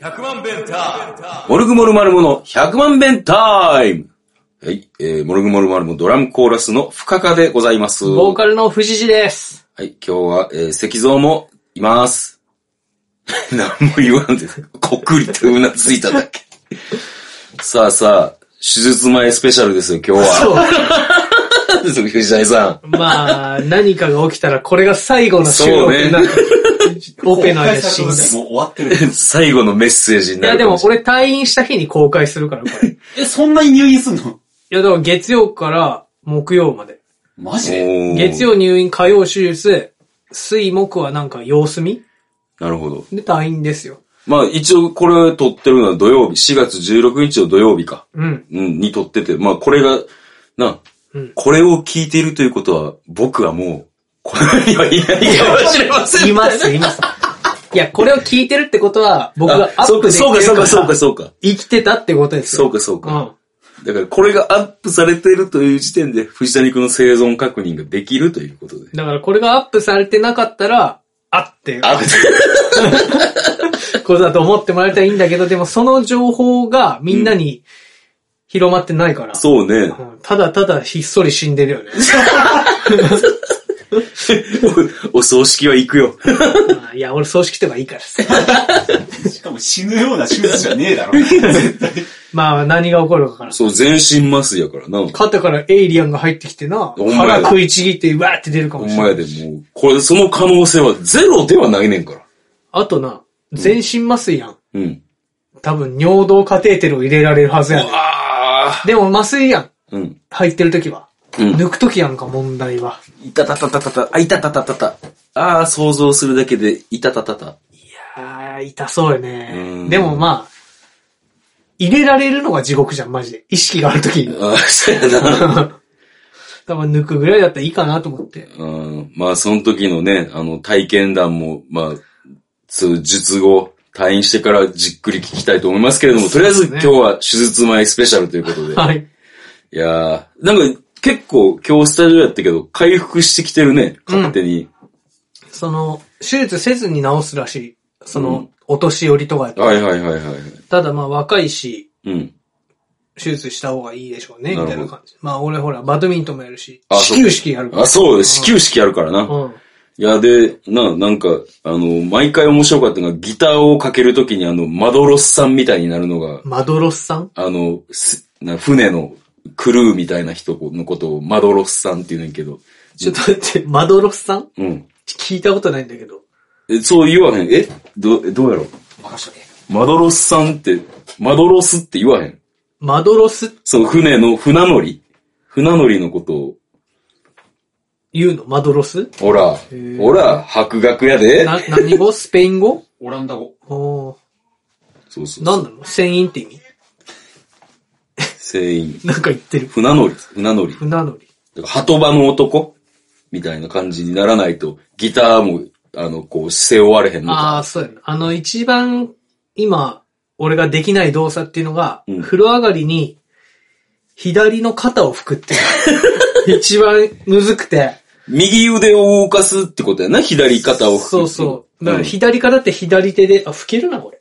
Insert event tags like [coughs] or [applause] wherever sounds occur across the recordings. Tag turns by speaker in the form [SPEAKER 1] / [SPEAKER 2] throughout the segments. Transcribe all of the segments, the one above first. [SPEAKER 1] 100万弁タイ
[SPEAKER 2] モルグモルマルモの100万弁タイムはい、えー、モルグモルマルモドラムコーラスの深川でございます。
[SPEAKER 3] ボー
[SPEAKER 2] は
[SPEAKER 3] カルの藤次です。
[SPEAKER 2] い、今日は、えー、石像もいます。 [laughs] 何も言わんで、こっくりとうなずいただけ。 [laughs] さあさあ、手術前スペシャルですよ、今日は。藤井さ
[SPEAKER 3] まあ、何かが起きたらこれが最後の収録になる。オペのやつ死んだ。
[SPEAKER 2] [laughs]
[SPEAKER 1] ム。
[SPEAKER 3] い
[SPEAKER 1] もう終わってる。
[SPEAKER 2] ん、最後のメッセージにな
[SPEAKER 3] や
[SPEAKER 2] る
[SPEAKER 3] で
[SPEAKER 2] か
[SPEAKER 3] も
[SPEAKER 2] しれない。
[SPEAKER 3] 俺退院した日に公開するから、これ。い
[SPEAKER 1] え、そんなに入院すんの
[SPEAKER 3] やだから月曜から木曜まで。
[SPEAKER 1] マジで
[SPEAKER 2] おー
[SPEAKER 3] 月。曜入院、火曜手術、水木はなんか様子見
[SPEAKER 2] なるほど。
[SPEAKER 3] で退院ですよ。
[SPEAKER 2] まあ一応これ撮ってるのは土曜日、4月16日の土曜日か。
[SPEAKER 3] うん。
[SPEAKER 2] うん、に撮ってて、まあこれが、な、
[SPEAKER 3] うん
[SPEAKER 2] これを聞いているということは、僕はもう、この世にはいないかもしれません。
[SPEAKER 3] います、います。いや、これを聞いてるってことは、僕が
[SPEAKER 2] あ
[SPEAKER 3] アップできて
[SPEAKER 2] そうか、
[SPEAKER 3] る
[SPEAKER 2] そう
[SPEAKER 3] か、
[SPEAKER 2] からそうか、
[SPEAKER 3] 生
[SPEAKER 2] そうか。
[SPEAKER 3] きてたってことです
[SPEAKER 2] そう
[SPEAKER 3] よ。
[SPEAKER 2] か、そう
[SPEAKER 3] う
[SPEAKER 2] か。
[SPEAKER 3] ん。
[SPEAKER 2] だからこれがアップされているという時点で、藤谷君の生存確認ができるということで。
[SPEAKER 3] だからこれがアップされてなかったら、あって
[SPEAKER 2] あ、
[SPEAKER 3] ことだと思ってもらえたらいいんだけど、でもその情報がみんなに広まってないから。
[SPEAKER 2] そうね。
[SPEAKER 3] うんただただひっそり死んでるよね。
[SPEAKER 2] おお葬式は行くよ。
[SPEAKER 3] まあいや、俺葬式とかいいからさ。
[SPEAKER 1] しかも死ぬような手術じゃねえだろ。絶対。
[SPEAKER 3] まあ何が起こるかから。
[SPEAKER 2] そう、全身麻酔やからな。
[SPEAKER 3] 肩からエイリアンが入ってきてな、
[SPEAKER 2] お前
[SPEAKER 3] 腹食いちぎってわーって出るか
[SPEAKER 2] お
[SPEAKER 3] もしれな
[SPEAKER 2] 前
[SPEAKER 3] い。
[SPEAKER 2] でもう、これ、その可能性はゼロではないねんから。
[SPEAKER 3] あとな、全身麻酔やん。
[SPEAKER 2] うん。
[SPEAKER 3] 多分尿道カテーテルを入れられるはずやね
[SPEAKER 2] あ
[SPEAKER 3] ん。
[SPEAKER 2] あ。
[SPEAKER 3] でも麻酔やん。
[SPEAKER 2] うん。
[SPEAKER 3] 入ってる時は。
[SPEAKER 2] うん
[SPEAKER 3] 抜く時やんか、問題は。
[SPEAKER 2] いたたたたたた、あ、いたたたたた。ああ、想像するだけで、いたたたた。
[SPEAKER 3] いやー痛そうよ
[SPEAKER 2] うん
[SPEAKER 3] ね。でもまあ、入れられるのが地獄じゃん、マジで。意識があるときに。
[SPEAKER 2] ああ、そうやな。
[SPEAKER 3] 多分抜くぐらいだったらいいかなと思って。
[SPEAKER 2] うん。まあ、その時のね、あの、体験談も、まあ、そう、術後、退院してからじっくり聞きたいと思いますけれども、とりあえず
[SPEAKER 3] そ
[SPEAKER 2] 今
[SPEAKER 3] う
[SPEAKER 2] 日
[SPEAKER 3] ですね
[SPEAKER 2] は手術前スペシャルということで。
[SPEAKER 3] はい。
[SPEAKER 2] いやー、なんか結構今日スタジオやったけど、回復してきてるね、勝手に。
[SPEAKER 3] その、手術せずに治すらしい。そうの
[SPEAKER 2] ん、
[SPEAKER 3] お年寄りとかやったら
[SPEAKER 2] はいはいはいはいはい。
[SPEAKER 3] ただまあ若いし、
[SPEAKER 2] うん。
[SPEAKER 3] 手術した方がいいでしょうね、
[SPEAKER 2] なるほ
[SPEAKER 3] みた
[SPEAKER 2] ど
[SPEAKER 3] いな感じ。まあ俺ほら、バドミントンもやるし、
[SPEAKER 2] あそう
[SPEAKER 3] 始球式やるから。
[SPEAKER 2] あ、そうです。始球式やるからな。
[SPEAKER 3] うん。
[SPEAKER 2] いや、で、な、なんか、あの、毎回面白かったのが、ギターをかけるときにあの、マドロスさんみたいになるのが、
[SPEAKER 3] マドロスさん
[SPEAKER 2] あの、すな船のクルーみたいな人のことをマドロスさんって言うねんけど、
[SPEAKER 3] ちょっと待って、マドロスさん
[SPEAKER 2] うん。
[SPEAKER 3] 聞いたことないんだけど。
[SPEAKER 2] えそう言わへん。えど、えどうやろう
[SPEAKER 1] 任しとけ。
[SPEAKER 2] マドロスさんって、マドロスって言わへん。
[SPEAKER 3] マドロスって
[SPEAKER 2] そう、船の、船乗り船乗りのことを、
[SPEAKER 3] 言うのマドロス
[SPEAKER 2] ほら、
[SPEAKER 3] ー
[SPEAKER 2] ほら、博学やで。
[SPEAKER 3] な、何語スペイン語
[SPEAKER 1] オランダ語。
[SPEAKER 3] お
[SPEAKER 2] そう
[SPEAKER 3] ー
[SPEAKER 2] そうそう。
[SPEAKER 3] 何なの船員って意味
[SPEAKER 2] 船員。
[SPEAKER 3] なんか言ってる。
[SPEAKER 2] 船乗り、船乗り。
[SPEAKER 3] 船乗り。
[SPEAKER 2] だから鳩場の男みたいな感じにならないと、ギターも、あの、こう、背負われへんの
[SPEAKER 3] ああ、
[SPEAKER 2] か。
[SPEAKER 3] そうやな。あの、一番、今、俺ができない動作っていうのが、
[SPEAKER 2] うん
[SPEAKER 3] 風呂上がりに、左の肩を拭くって
[SPEAKER 2] [laughs]
[SPEAKER 3] いう。一番むずくて。
[SPEAKER 2] 右腕を動かすってことやな、左肩を。
[SPEAKER 3] そうそう。だから
[SPEAKER 2] ん
[SPEAKER 3] 左からって左手で、あ、拭けるな、これ。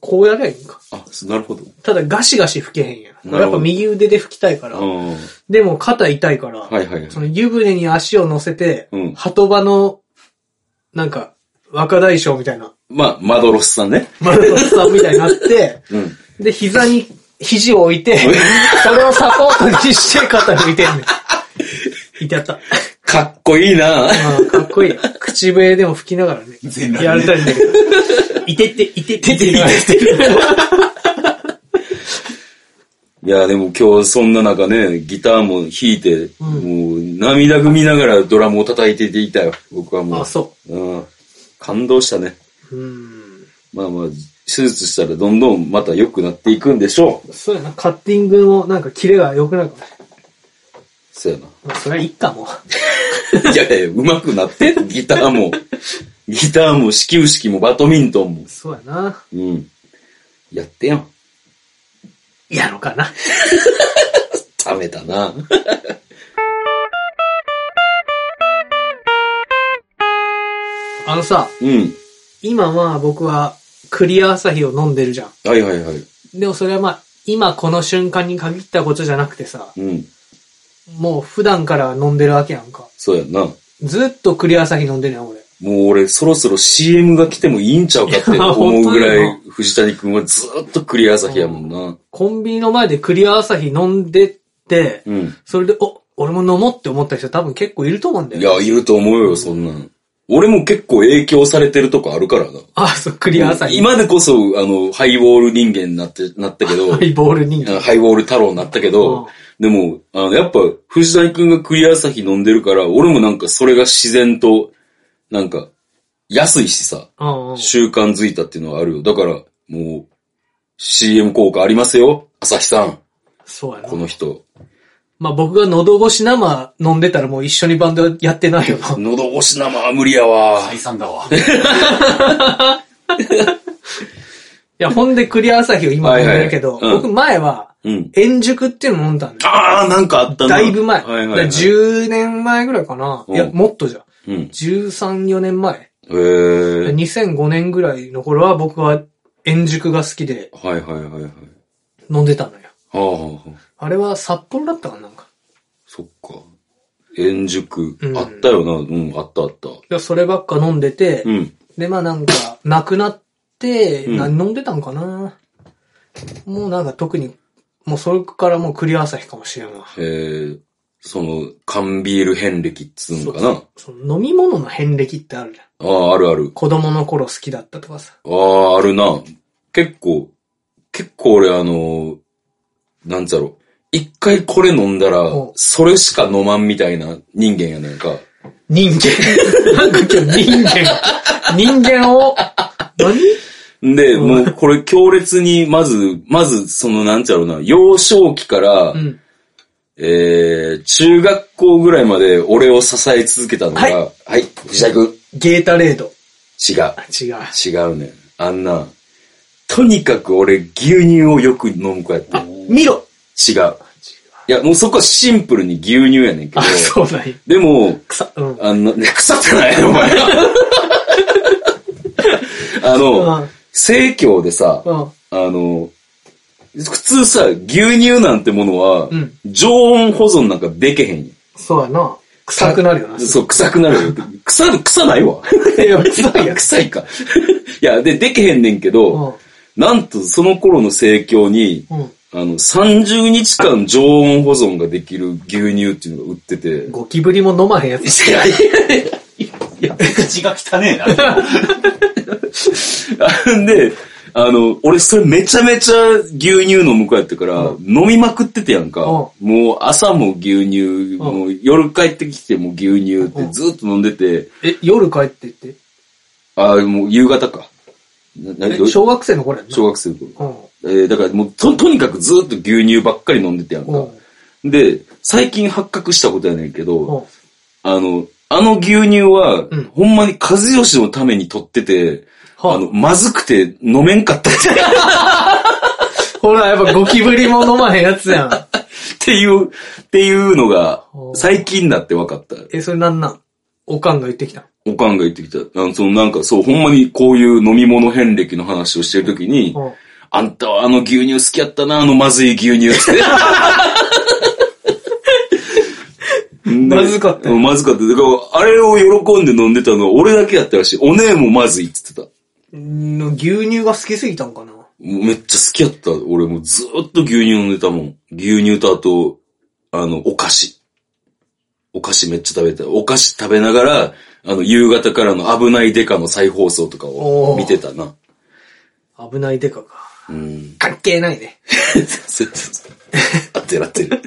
[SPEAKER 3] こうやればいいんか。
[SPEAKER 2] あ、そうなるほど。
[SPEAKER 3] ただガシガシ拭けへんやん。
[SPEAKER 2] ほど
[SPEAKER 3] 俺やっぱ右腕で拭きたいから。
[SPEAKER 2] うん。
[SPEAKER 3] でも肩痛いから、
[SPEAKER 2] はいはいはい
[SPEAKER 3] その湯船に足を乗せて、
[SPEAKER 2] うん
[SPEAKER 3] 鳩場の、なんか、若大将みたいな、
[SPEAKER 2] まあ、マドロスさんね。
[SPEAKER 3] マルトスさんみたいにな [laughs] って、
[SPEAKER 2] うん。
[SPEAKER 3] で、膝に肘を置いて、それをサポートにして肩拭いてんねん。いてやった。
[SPEAKER 2] かっこいいな
[SPEAKER 3] あーかっこいいよ。口笛でも吹きながらね。
[SPEAKER 1] 全裸ね
[SPEAKER 3] やられたいんだけど。いてって、いてって、いてって。
[SPEAKER 2] いや、でも今日そんな中ね、ギターも弾いて、もう涙ぐみながらドラムを叩いていたよ。僕はもう。。
[SPEAKER 3] あ、そう
[SPEAKER 2] うん。感動したね。
[SPEAKER 3] う。うん。
[SPEAKER 2] まあまあ、手術したらどんどんまた良くなっていくんでしょう。
[SPEAKER 3] そうやな。カッティングもなんかキレが良くなるかもしれない
[SPEAKER 2] そうやな。
[SPEAKER 3] まあ、それはいいかもう。
[SPEAKER 2] いやいや、上手くなって、ギターも。ギターも始球式もバドミントンも。
[SPEAKER 3] そうやな。
[SPEAKER 2] うん。やってやん。
[SPEAKER 3] やろうかな。
[SPEAKER 2] ためたな。
[SPEAKER 3] あのさ、
[SPEAKER 2] うん。
[SPEAKER 3] 今は僕はクリア朝日を飲んでるじゃん。
[SPEAKER 2] はいはいはい。
[SPEAKER 3] でもそれはまあ、今この瞬間に限ったことじゃなくてさ、
[SPEAKER 2] うん。
[SPEAKER 3] もう普段から飲んでるわけやんか。
[SPEAKER 2] そうやんな。も
[SPEAKER 3] ずっとクリア朝日飲んでるやん、俺。
[SPEAKER 2] う俺、そろそろ CM が来てもいいんちゃうかって思うぐ
[SPEAKER 3] い
[SPEAKER 2] ら
[SPEAKER 3] や
[SPEAKER 2] い、藤谷くんはずーっとクリア朝日やもんな。
[SPEAKER 3] コンビニの前でクリア朝日飲んでって、
[SPEAKER 2] うん。
[SPEAKER 3] それで、お、俺も飲もうって思った人多分結構いると思うんだよ
[SPEAKER 2] い
[SPEAKER 3] ね。
[SPEAKER 2] や、いると思うよ、そんなん。俺も結構影響されてるとこあるからな。
[SPEAKER 3] あ、そう、クリア朝日。、
[SPEAKER 2] 今でこそ、あの、ハイボール人間になって、なったけど、
[SPEAKER 3] [laughs] ハイボール人
[SPEAKER 2] あの
[SPEAKER 3] 間。
[SPEAKER 2] ハイボール太郎になったけど、でも、あの、やっぱ、藤谷くんがクリア朝日飲んでるから、俺もなんかそれが自然と、なんか、安いしさ、
[SPEAKER 3] うんうん。
[SPEAKER 2] 習慣づいたっていうのはあるよ。だから、もう、CM 効果ありますよ。朝日さん、
[SPEAKER 3] そうやな
[SPEAKER 2] こ。の人。
[SPEAKER 3] まあ僕が喉越し生飲んでたらもう一緒にバンドやってないよな。
[SPEAKER 2] 喉越し生は無理やわ。
[SPEAKER 1] 解散だわ。
[SPEAKER 3] いや、ほんでクリア朝日を今飲んでるけど、
[SPEAKER 2] はいはいうん
[SPEAKER 3] 僕前は、
[SPEAKER 2] うん。
[SPEAKER 3] 円熟っていうの飲んだんだよ。
[SPEAKER 2] ああ、なんかあったな。
[SPEAKER 3] だいぶ前。
[SPEAKER 2] はいはい、
[SPEAKER 3] だ
[SPEAKER 2] は
[SPEAKER 3] から
[SPEAKER 2] い。
[SPEAKER 3] 10年前ぐらいかな。いや、
[SPEAKER 2] うん
[SPEAKER 3] もっとじゃん。
[SPEAKER 2] うん。
[SPEAKER 3] 13、4年前。
[SPEAKER 2] えー。
[SPEAKER 3] 2005年ぐらいの頃は僕は円熟が好きで
[SPEAKER 2] はいはいはいはい。は
[SPEAKER 3] 飲んでたのよ。
[SPEAKER 2] あ、はあはあ、
[SPEAKER 3] あれは札幌だったかななんか。
[SPEAKER 2] そっか。円熟、
[SPEAKER 3] うん
[SPEAKER 2] あったよな。うん、あったあった。
[SPEAKER 3] いや、そればっか飲んでて、
[SPEAKER 2] うん。
[SPEAKER 3] で、まあなんか、なくなって、
[SPEAKER 2] うん
[SPEAKER 3] 何飲んでたんかな、もうなんか特に、もうそれからもうクリア朝日かもしれんわ。
[SPEAKER 2] えー、その、缶ビール遍歴っつうんかな。
[SPEAKER 3] その飲み物の遍歴ってあるじゃん。
[SPEAKER 2] ああ、あるある。
[SPEAKER 3] 子供の頃好きだったとかさ。
[SPEAKER 2] ああ、あるな。結構、結構俺あの、なんつうやろ。一回これ飲んだら
[SPEAKER 3] うん、
[SPEAKER 2] それしか飲まんみたいな人間やねんか。
[SPEAKER 3] 人間。なんか今日人間。人間を、何
[SPEAKER 2] で、もうこれ強烈に、まず、まずそのなんつうやろな、幼少期から、
[SPEAKER 3] うん。
[SPEAKER 2] えー、中学校ぐらいまで俺を支え続けたのが、は
[SPEAKER 3] は
[SPEAKER 2] いい、はい、藤田君。
[SPEAKER 3] ゲータレード。
[SPEAKER 2] 違う
[SPEAKER 3] あ、。違
[SPEAKER 2] 違
[SPEAKER 3] う。
[SPEAKER 2] うねん。あんな、とにかく俺牛乳をよく飲む子やって。
[SPEAKER 3] 見ろ
[SPEAKER 2] 違う。いや、もうそこはシンプルに牛乳やねんけど
[SPEAKER 3] あ、。そうなんや。
[SPEAKER 2] でも、
[SPEAKER 3] 草、うん。
[SPEAKER 2] あの、ね、腐ってないのお
[SPEAKER 3] [laughs]
[SPEAKER 2] 前。あ
[SPEAKER 3] うん
[SPEAKER 2] の、生協でさ、
[SPEAKER 3] うん。
[SPEAKER 2] あの、普通さ、牛乳なんてものは
[SPEAKER 3] うん、
[SPEAKER 2] 常温保存なんかでけへんやん。
[SPEAKER 3] そうやな。臭くなるよな。
[SPEAKER 2] そう、臭くなる
[SPEAKER 3] [laughs]
[SPEAKER 2] よ。臭る、臭ないわ。
[SPEAKER 3] いや臭いや
[SPEAKER 2] 臭いか。いや、で、でけへんねんけど、なんとその頃の生協に、
[SPEAKER 3] うん。うん。
[SPEAKER 2] あの、30日間常温保存ができる牛乳っていうのが売ってて。
[SPEAKER 3] [laughs] ゴキブリも飲まへんやつ。
[SPEAKER 2] いやいやい
[SPEAKER 1] 口が汚ねえな。
[SPEAKER 2] や。んで、あの、俺それめちゃめちゃ牛乳飲む子やったから、飲みまくっててやんか。も
[SPEAKER 3] う
[SPEAKER 2] う朝も牛乳、もう夜帰ってきても牛乳ってずっと飲んでて、
[SPEAKER 3] え、夜帰ってって。
[SPEAKER 2] ああ、もう夕方か。なな
[SPEAKER 3] え
[SPEAKER 2] どう
[SPEAKER 3] 小学生の頃やんな。
[SPEAKER 2] 小学生の頃。
[SPEAKER 3] うん。
[SPEAKER 2] えーだからもうと、とにかくずっと牛乳ばっかり飲んでてやん
[SPEAKER 3] う
[SPEAKER 2] か
[SPEAKER 3] ん。。
[SPEAKER 2] で、最近発覚したことやねんけ
[SPEAKER 3] う
[SPEAKER 2] ど、
[SPEAKER 3] [laughs] ん。
[SPEAKER 2] あの、あの牛乳は、
[SPEAKER 3] うん
[SPEAKER 2] ほんまに和義のために取ってて、
[SPEAKER 3] はあ
[SPEAKER 2] あの、まずくて飲めんかったってっ
[SPEAKER 3] ほら、やっぱゴキブリも飲まへんやつやん。
[SPEAKER 2] ていう、 [laughs] っていうのが
[SPEAKER 3] は、あ
[SPEAKER 2] 最近になって分かった。
[SPEAKER 3] え、それなんなんおかんが言ってきた。
[SPEAKER 2] おかんが言ってきた。あのそのなんかそう、ほんまにこういう飲み物遍歴の話をしてるときに、
[SPEAKER 3] うん。
[SPEAKER 2] あんたはあの牛乳好きやったな、あのまずい牛乳
[SPEAKER 3] [laughs]
[SPEAKER 2] って。
[SPEAKER 3] まずかった
[SPEAKER 2] うんまずかった。だから、あれを喜んで飲んでたのは俺だけやったらしい。お姉もまずいって言ってた。
[SPEAKER 3] ん牛乳が好きすぎたんかな
[SPEAKER 2] もうめっちゃ好きやった。俺もうずーっと牛乳飲んでたもん。牛乳とあと、あの、お菓子。お菓子めっちゃ食べた。お菓子食べながら、あの、夕方からの危ないデカの再放送とかを見てたな。
[SPEAKER 3] 危ないデカか。
[SPEAKER 2] うん。
[SPEAKER 3] 関係ないね。
[SPEAKER 2] そうそうそう合ってる合ってる。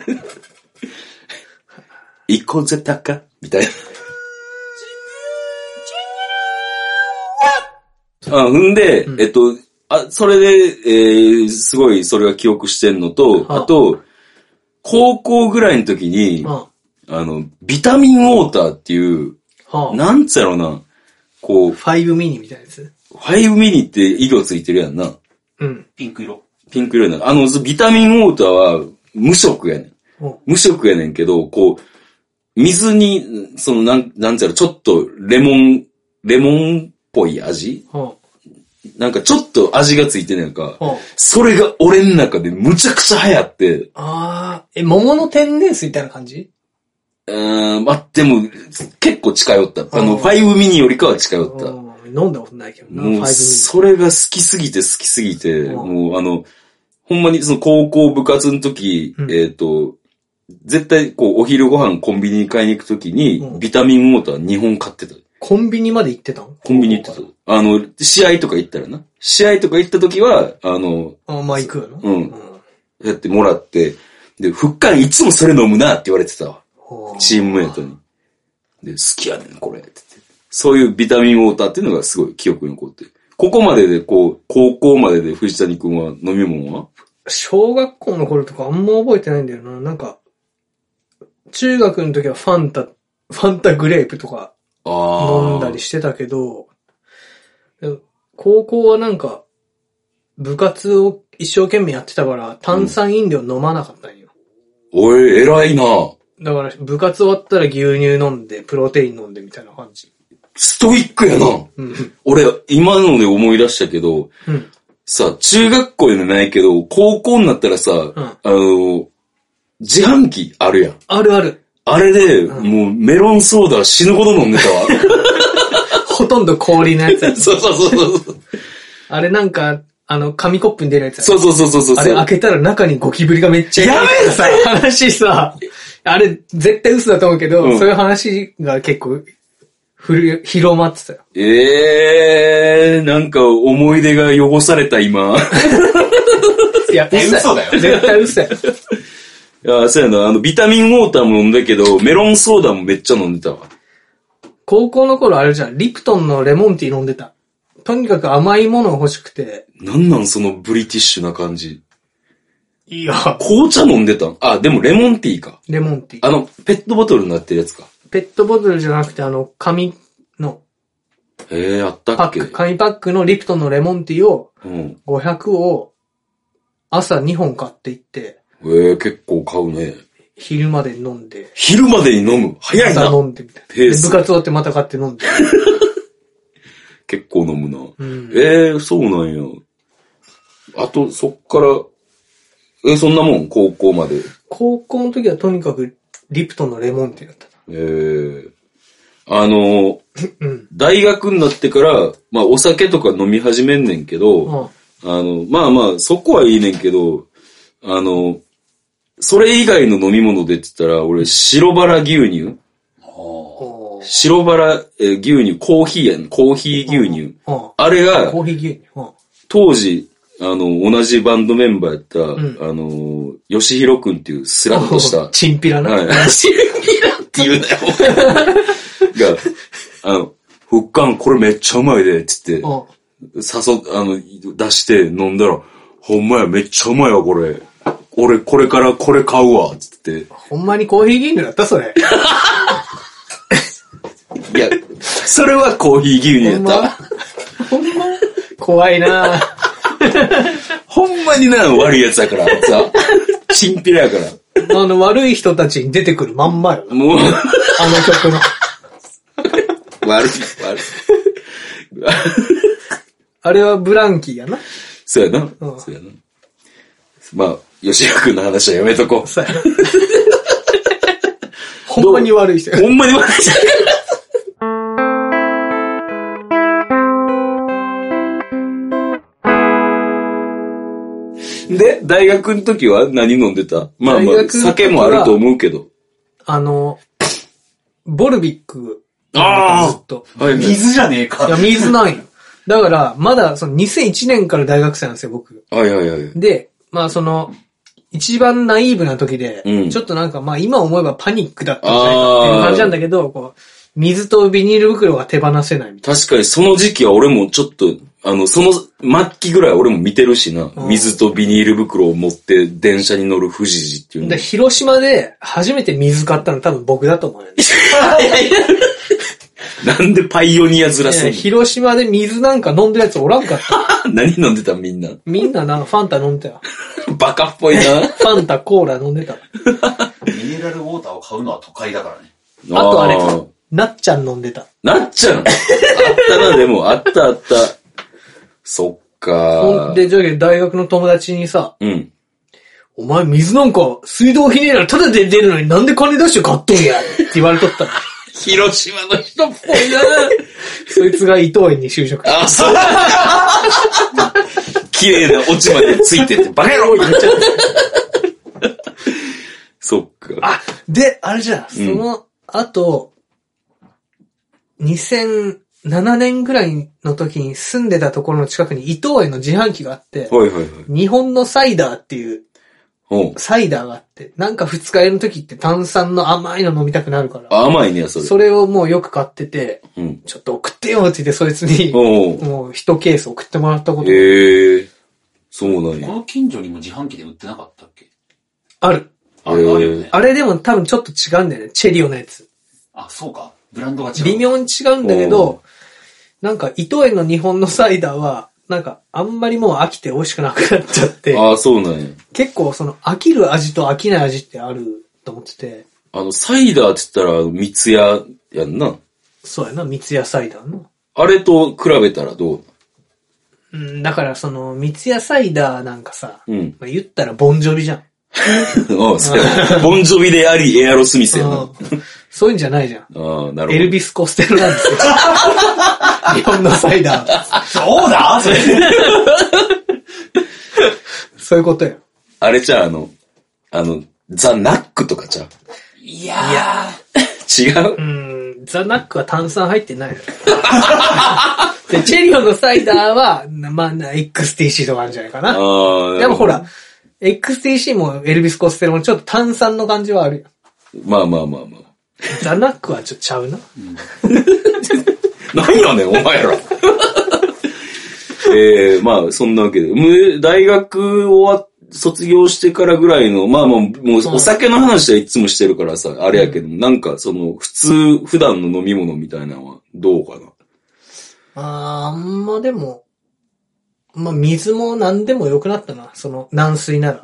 [SPEAKER 2] イコゼタカみたいな。あ、踏んで、
[SPEAKER 3] うん
[SPEAKER 2] えっと、あ、それで、えー、すごい、それが記憶してんのと、
[SPEAKER 3] はあ
[SPEAKER 2] あと、高校ぐらいの時に、
[SPEAKER 3] うん。は
[SPEAKER 2] あの、ビタミンウォーターっていう、
[SPEAKER 3] あ。
[SPEAKER 2] なんつうやろな、こう、フ
[SPEAKER 3] ファイブミニみたいなやつ。
[SPEAKER 2] ァイブミニって色ついてるやんな。
[SPEAKER 3] うん。
[SPEAKER 1] ピンク色。
[SPEAKER 2] ピンク色になる。あの、ビタミンウォーターは無色やねん。
[SPEAKER 3] うん。
[SPEAKER 2] 無色やねんけど、こう、水に、その、なん、なんちゃら、ちょっとレモン、レモンっぽい味
[SPEAKER 3] ほ
[SPEAKER 2] なんかちょっと味がついてんやんか
[SPEAKER 3] う。ほう。
[SPEAKER 2] それが俺の中でむちゃくちゃ流行って、
[SPEAKER 3] ああ、え、桃の天然水みたいな感じ
[SPEAKER 2] うーん、まあ、でも、結構近寄った。あ
[SPEAKER 3] う
[SPEAKER 2] の、
[SPEAKER 3] ん
[SPEAKER 2] ファイブミニよりかは近寄った。
[SPEAKER 3] うん飲んだことないけどな、ファイブミ
[SPEAKER 2] もう、
[SPEAKER 3] ニ
[SPEAKER 2] それが好きすぎて好きすぎて、
[SPEAKER 3] うん
[SPEAKER 2] もうあの、ほんまにその高校部活の時、
[SPEAKER 3] うん
[SPEAKER 2] えっ、と、絶対こう、お昼ご飯コンビニに買いに行く時に、
[SPEAKER 3] うん
[SPEAKER 2] ビタミンウォーター2本買ってた。
[SPEAKER 3] コンビニまで行ってたん
[SPEAKER 2] コンビニ行ってた。あの、試合とか行ったらな。試合とか行った時は、あの、
[SPEAKER 3] あまあ行くよな。
[SPEAKER 2] うんやってもらって、で、ふっかんいつもそれ飲むなって言われてたわ。
[SPEAKER 3] うん
[SPEAKER 2] チームメイトに。で、好きやねん、これ。って言ってそういうビタミンウォーターっていうのがすごい記憶に残ってる。ここまでで、こう、高校までで藤谷くんは飲み物は
[SPEAKER 3] 小学校の頃とかあんま覚えてないんだよな。なんか、中学の時はファンタ、ファンタグレープとか
[SPEAKER 2] あ
[SPEAKER 3] 飲んだりしてたけど、でも高校はなんか、部活を一生懸命やってたから、炭酸飲料飲まなかったんよ。
[SPEAKER 2] おい、偉いな
[SPEAKER 3] だから、部活終わったら牛乳飲んで、プロテイン飲んでみたいな感じ。
[SPEAKER 2] ストイックやな
[SPEAKER 3] うん。
[SPEAKER 2] 俺、今ので思い出したけど、
[SPEAKER 3] うん。
[SPEAKER 2] さ、中学校じゃないけど、高校になったらさ、あの、自販機あるやん。
[SPEAKER 3] あるある。
[SPEAKER 2] あれで、
[SPEAKER 3] うん
[SPEAKER 2] もうメロンソーダ死ぬほど飲んでたわ。
[SPEAKER 3] ほとんど氷のやつ。
[SPEAKER 2] [laughs] そうそうそうそう。
[SPEAKER 3] あれなんか、あの、紙コップに出るやつやろ
[SPEAKER 2] そうそうそうそうそう。
[SPEAKER 3] あれ開けたら中にゴキブリがめっちゃいる
[SPEAKER 2] やめなさい
[SPEAKER 3] [laughs] 話さ、あれ絶対嘘だと思うけど、
[SPEAKER 2] うん
[SPEAKER 3] そういう話が結構、ふる、広まってたよ。
[SPEAKER 2] ええー、なんか思い出が汚された今。 [laughs]
[SPEAKER 3] いや、
[SPEAKER 1] 対
[SPEAKER 3] 嘘
[SPEAKER 1] 嘘だよ
[SPEAKER 3] 絶対嘘や。
[SPEAKER 2] いや、そうやな、あの、ビタミンウォーターも飲んだけど、メロンソーダもめっちゃ飲んでたわ。
[SPEAKER 3] 高校の頃あれじゃん、リプトンのレモンティー飲んでた。とにかく甘いものが欲しくて。
[SPEAKER 2] なんなんそのブリティッシュな感じ。
[SPEAKER 3] いや。
[SPEAKER 2] 紅茶飲んでたんあ、でもレモンティーか。
[SPEAKER 3] レモンティー。
[SPEAKER 2] あの、ペットボトルになってるやつか。
[SPEAKER 3] ペットボトルじゃなくて、あの、紙の
[SPEAKER 2] ええー、あった
[SPEAKER 3] パ
[SPEAKER 2] っけ
[SPEAKER 3] ック、紙パックのリプトンのレモンティーを、
[SPEAKER 2] うん。
[SPEAKER 3] 500を朝2本買っていって、
[SPEAKER 2] ええー、結構買うね。
[SPEAKER 3] 昼まで飲んで、
[SPEAKER 2] 昼までに飲む。早
[SPEAKER 3] ま
[SPEAKER 2] い
[SPEAKER 3] た
[SPEAKER 2] な。
[SPEAKER 3] 飲んでみたいな。
[SPEAKER 2] ペ
[SPEAKER 3] で
[SPEAKER 2] ー
[SPEAKER 3] 部
[SPEAKER 2] ス
[SPEAKER 3] 活終わってまた買って飲んで。
[SPEAKER 2] 結構飲むな。
[SPEAKER 3] うん
[SPEAKER 2] ええー、そうなんや。あと、そっから、えー、そんなもん、高校まで。
[SPEAKER 3] 高校の時はとにかくリプトンのレモンティーだった
[SPEAKER 2] ええあの、
[SPEAKER 3] な。うん。
[SPEAKER 2] 大学になってから、まあお酒とか飲み始めんねんけど、
[SPEAKER 3] あ
[SPEAKER 2] あの、まあまあ、そこはいいねんけど、あの、それ以外の飲み物でって言ったら、俺、白バラ牛乳
[SPEAKER 3] あ
[SPEAKER 1] おー
[SPEAKER 2] 白バラ、えー牛乳、コーヒーやん、コーヒー牛乳。
[SPEAKER 3] あ
[SPEAKER 2] あれ
[SPEAKER 3] あ
[SPEAKER 2] が、
[SPEAKER 3] コーヒー牛乳。あ
[SPEAKER 2] 当時、あの、同じバンドメンバーやった、
[SPEAKER 3] ん
[SPEAKER 2] あの、吉弘くんっていうスラッとした、
[SPEAKER 3] [laughs] チ
[SPEAKER 2] [laughs]
[SPEAKER 3] ンピラな。
[SPEAKER 2] はい。シルギラって言うなよ、が、あの、ふっかんこれめっちゃうまいで、っつって、
[SPEAKER 3] あ
[SPEAKER 2] 誘っ、あの、出して飲んだら、ほんまや、めっちゃうまいわ、これ。俺、これからこれ買うわ、つって。い
[SPEAKER 3] ほんまにコーヒー牛乳だったそれ。 [laughs]
[SPEAKER 2] や、それはコーヒー牛乳
[SPEAKER 3] ほ
[SPEAKER 2] や
[SPEAKER 3] ん
[SPEAKER 2] っ
[SPEAKER 3] ま
[SPEAKER 2] た。
[SPEAKER 3] ほんま怖いな
[SPEAKER 2] ほんまにな、悪いやつや [laughs] から、あいつは。チンピラやから。
[SPEAKER 3] あの、悪い人たちに出てくるまんまよ。
[SPEAKER 2] もう、
[SPEAKER 3] あの曲の。
[SPEAKER 2] 悪い、悪い。
[SPEAKER 3] あれはブランキーやな。
[SPEAKER 2] [laughs] そうやな
[SPEAKER 3] う。ん
[SPEAKER 2] そうやな。まあ、吉田君の話はやめとこう。
[SPEAKER 3] そうやなほんまに悪い人や。
[SPEAKER 2] ほんまに悪い人やから [laughs] で、大学の時は何飲んでたまあま
[SPEAKER 3] 大学
[SPEAKER 2] あ、
[SPEAKER 3] の時は
[SPEAKER 2] 酒もあると思うけど。
[SPEAKER 3] あの、ボルビック。
[SPEAKER 2] あー
[SPEAKER 3] ずっと。
[SPEAKER 2] はいはい
[SPEAKER 1] 水じゃねえか
[SPEAKER 3] いや、。水ないよ。だから、まだ、その2001年から大学生なんですよ、僕。
[SPEAKER 2] はいはいはい。
[SPEAKER 3] で、まあその、一番ナイーブな時で、
[SPEAKER 2] うん
[SPEAKER 3] ちょっとなんかまあ今思えばパニックだったんじゃないかっていう感じなんだけど、こう、水とビニール袋が手放せないみたい
[SPEAKER 2] 確かにその時期は俺もちょっと、あの、その末期ぐらい俺も見てるしな。
[SPEAKER 3] うん
[SPEAKER 2] 水とビニール袋を持って電車に乗る富士寺っていう
[SPEAKER 3] な。
[SPEAKER 2] の
[SPEAKER 3] で、。広島で初めて水買ったの多分僕だと思うよ
[SPEAKER 2] [laughs]
[SPEAKER 3] ね。
[SPEAKER 2] なんでパイオニアずら
[SPEAKER 3] い
[SPEAKER 2] す
[SPEAKER 3] や
[SPEAKER 2] ん
[SPEAKER 3] 広島で水なんか飲んでるやつおらんかった。
[SPEAKER 2] の何飲んでたみんな。
[SPEAKER 3] みんななんかファンタ飲んでたよ。
[SPEAKER 2] バカっ
[SPEAKER 3] [laughs]
[SPEAKER 2] ぽいな。
[SPEAKER 3] ファンタ、コーラ飲んでた。
[SPEAKER 1] ミネラルウォーターを買うのは都会だからね。
[SPEAKER 3] あとあれ
[SPEAKER 2] ー、
[SPEAKER 3] なっちゃん飲んでた。
[SPEAKER 2] なっちゃんあったな、でも。あったあった。そっ
[SPEAKER 3] ほ
[SPEAKER 2] か
[SPEAKER 3] ん。で、じゃあ大学の友達にさ、
[SPEAKER 2] うん。
[SPEAKER 3] お前水なんか水道ひねえならタダで出るのになんで金出して買っとんやって言われと [laughs] ったの。
[SPEAKER 2] 広島の人っぽいな。
[SPEAKER 3] そいつが伊藤園に就職。
[SPEAKER 2] あ、そう綺麗な落ちまでついてって、バカ野郎言っちゃった。そっか。
[SPEAKER 3] あ、で、あれじゃん、そ
[SPEAKER 2] うん
[SPEAKER 3] の後、2007年ぐらいの時に住んでたところの近くに伊藤園の自販機があって、
[SPEAKER 2] はいはいはい。
[SPEAKER 3] 日本のサイダーっていう
[SPEAKER 2] おう
[SPEAKER 3] サイダーがあって、なんか二日酔いの時って炭酸の甘いの飲みたくなるから、
[SPEAKER 2] 甘いね、それ。
[SPEAKER 3] それをもうよく買ってて、
[SPEAKER 2] うん。
[SPEAKER 3] ちょっと送ってよって言ってそいつに、
[SPEAKER 2] おう
[SPEAKER 3] もう一ケース送ってもらったこと
[SPEAKER 2] へえ。そうなんや。
[SPEAKER 1] この近所にも自販機で売ってなかったっけ
[SPEAKER 3] ある。
[SPEAKER 1] あれあるよね。
[SPEAKER 3] あれでも多分ちょっと違うんだよね。チェリオのやつ。
[SPEAKER 1] あ、そうか。ブランドが違う。
[SPEAKER 3] 微妙に違うんだけ
[SPEAKER 2] お
[SPEAKER 3] ど、なんか伊藤園の日本のサイダーは、なんかあんまりもう飽きて美味しくなくなっちゃって、
[SPEAKER 2] ああ、そうなんや。
[SPEAKER 3] 結構その飽きる味と飽きない味ってあると思ってて、
[SPEAKER 2] あの、サイダーって言ったら、三ツ矢やんな。
[SPEAKER 3] そうやな、三ツ矢サイダーの。
[SPEAKER 2] あれと比べたらどう
[SPEAKER 3] うん、だからその三ツ矢サイダーなんかさ、
[SPEAKER 2] うん。
[SPEAKER 3] まあ、言ったらボンジョビじゃん。
[SPEAKER 2] ああ、 [laughs] そうや。ボンジョビであり、エアロスミスやな。あ
[SPEAKER 3] うんそういうんじゃないじゃん。
[SPEAKER 2] あ、なる
[SPEAKER 3] エル
[SPEAKER 2] ほ
[SPEAKER 3] ビス・コステロなんです
[SPEAKER 2] [laughs]
[SPEAKER 3] よ。日本のサイダー。
[SPEAKER 1] そうだそれ。
[SPEAKER 3] そういうことよ。
[SPEAKER 2] ど。あれじゃあ、あの、あの、ザ・ナックとかじゃう
[SPEAKER 1] いや
[SPEAKER 2] 違う
[SPEAKER 3] うん、ザ・ナックは炭酸入ってない [laughs] の。で、チェリオのサイダーは、まあ、な XTC とかあるんじゃないかな。
[SPEAKER 2] ああ。
[SPEAKER 3] でもほ。ら、XTC もエルビス・コステロもちょっと炭酸の感じはあるよ。
[SPEAKER 2] まあまあまあまあ。
[SPEAKER 3] ザ・ナックはちょっとちゃうな。
[SPEAKER 2] なんやねん、お前ら。 [laughs] ええまあ、そんなわけで。む大学終わ、卒業してからぐらいの、まあまあ、もうお酒の話はいつもしてるからさ、あれやけど、なんか、その、普通、普段の飲み物みたいなのはどうかな。
[SPEAKER 3] あー、まあでも、まあ水も何でも良くなったな。その、軟水なら。
[SPEAKER 2] ああ、